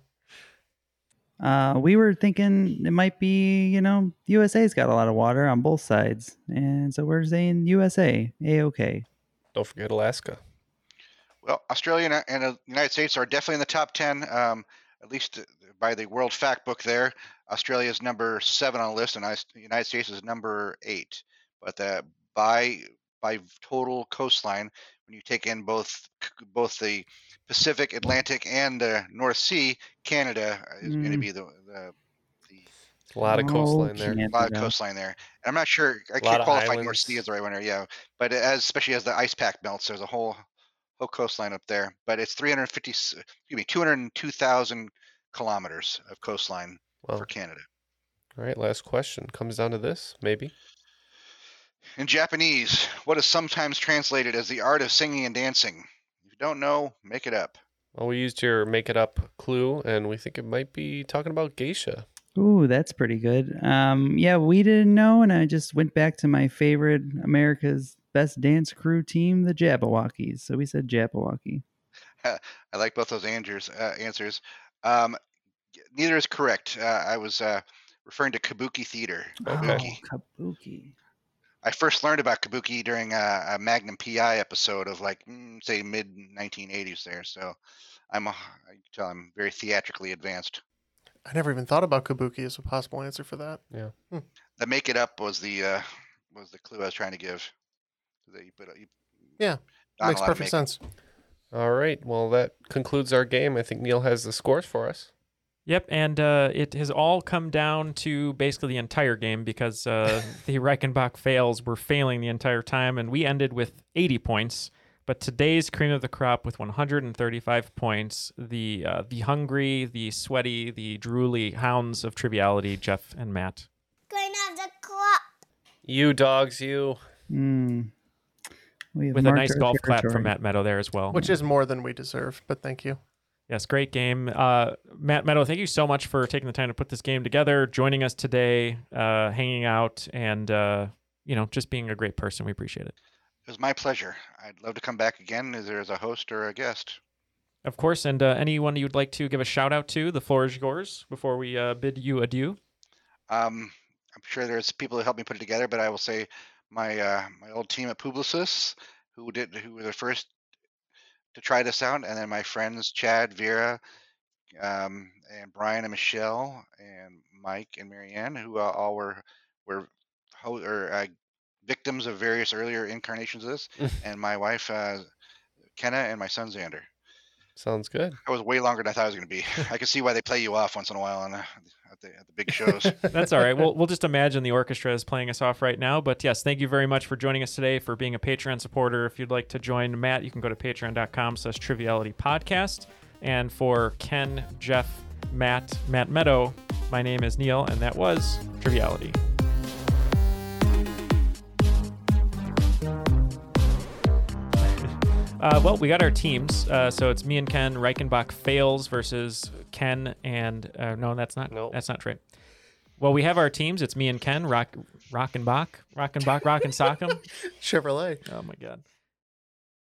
[SPEAKER 5] uh, we were thinking it might be, you know, USA's got a lot of water on both sides, and so we're saying USA, a okay.
[SPEAKER 3] Don't forget Alaska.
[SPEAKER 6] Well, Australia and- and the United States are definitely in the top 10, um, at least by the World Fact Book there. Australia is number seven on the list, and I- the United States is number eight. But uh, by by total coastline, when you take in both both the Pacific, Atlantic, and uh, North Sea, Canada is going to
[SPEAKER 3] Mm.
[SPEAKER 6] be the, the
[SPEAKER 3] A lot of
[SPEAKER 6] Oh,
[SPEAKER 3] coastline there.
[SPEAKER 6] a lot of coastline there. And I'm not sure. I
[SPEAKER 3] Lot
[SPEAKER 6] can't
[SPEAKER 3] of
[SPEAKER 6] qualify North Sea as the right one here. Yeah, but as especially as the ice pack melts, there's a whole whole coastline up there. But it's 350, s- excuse me, 202,000 kilometers of coastline
[SPEAKER 3] Wow.
[SPEAKER 6] for Canada.
[SPEAKER 3] All right, last question comes down to this, maybe.
[SPEAKER 6] In Japanese, what is sometimes translated as the art of singing and dancing? If you don't know, make it up.
[SPEAKER 3] Well, we used your make it up clue, and we think it might be talking about geisha.
[SPEAKER 5] Ooh, that's pretty good. Um, yeah, we didn't know, and I just went back to my favorite America's best dance crew team, the Jabberwockies. So we said Jabberwocky.
[SPEAKER 6] I like both those answers. Uh, answers. Um, neither is correct. Uh, I was uh, referring to kabuki theater.
[SPEAKER 4] Oh,
[SPEAKER 6] Kabuki.
[SPEAKER 5] kabuki.
[SPEAKER 6] I first learned about kabuki during a, a Magnum PI episode of like mm, say mid 1980s there. So I'm a, I can tell I'm very theatrically advanced.
[SPEAKER 4] I never even thought about kabuki as a possible answer for that.
[SPEAKER 3] Yeah.
[SPEAKER 6] The make it up was the uh, was the clue I was trying to give. That you put, you,
[SPEAKER 4] Yeah,
[SPEAKER 6] not
[SPEAKER 4] makes
[SPEAKER 6] allowed to
[SPEAKER 4] perfect
[SPEAKER 6] make it.
[SPEAKER 4] sense.
[SPEAKER 3] All right, well, that concludes our game. I think Neil has the scores for us.
[SPEAKER 2] Yep, and uh, it has all come down to basically the entire game because uh, the Reichenbach fails were failing the entire time, and we ended with 80 points. But today's cream of the crop with 135 points, the uh, the hungry, the sweaty, the drooly hounds of triviality, Jeff and Matt.
[SPEAKER 8] Going on the clock.
[SPEAKER 3] You dogs, you.
[SPEAKER 5] Mm. We have
[SPEAKER 2] With a
[SPEAKER 5] marked
[SPEAKER 2] nice
[SPEAKER 5] our
[SPEAKER 2] golf clap
[SPEAKER 5] territory.
[SPEAKER 2] from Matt Meadow there as well.
[SPEAKER 4] Which is more than we deserve, but thank you.
[SPEAKER 2] Yes, great game. Uh, Matt Meadow, thank you so much for taking the time to put this game together, joining us today, uh, hanging out, and uh, you know, just being a great person. We appreciate it.
[SPEAKER 6] It was my pleasure. I'd love to come back again either as a host or a guest.
[SPEAKER 2] Of course, and uh, anyone you'd like to give a shout out to, the floor is yours before we uh, bid you adieu.
[SPEAKER 6] Um, I'm sure there's people who helped me put it together, but I will say my uh, my old team at Publicis, who did who were the first to try this out, and then my friends Chad, Vera, um, and Brian and Michelle and Mike and Marianne, who uh, all were were ho- or uh, victims of various earlier incarnations of this, and my wife uh, Kenna and my son Xander.
[SPEAKER 3] Sounds good.
[SPEAKER 6] That was way longer than I thought it was going to be. <laughs> I can see why they play you off once in a while on uh, at, the, at the big shows.
[SPEAKER 2] That's all right. We'll, we'll just imagine the orchestra is playing us off right now. But yes, thank you very much for joining us today, for being a Patreon supporter. If you'd like to join Matt, you can go to patreon.com slash triviality podcast. And for Ken, Jeff, Matt, Matt Meadow, my name is Neil, and that was Triviality. <laughs> Uh, well, we got our teams. Uh, so it's me and Ken. Reichenbach fails versus Ken and uh, no, that's not. No, that's not right. Well, we have our teams. It's me and Ken, Rock, Rock and Bach, Rock and Bach, Rock and Sockem.
[SPEAKER 4] Chevrolet.
[SPEAKER 2] <laughs> Oh my God.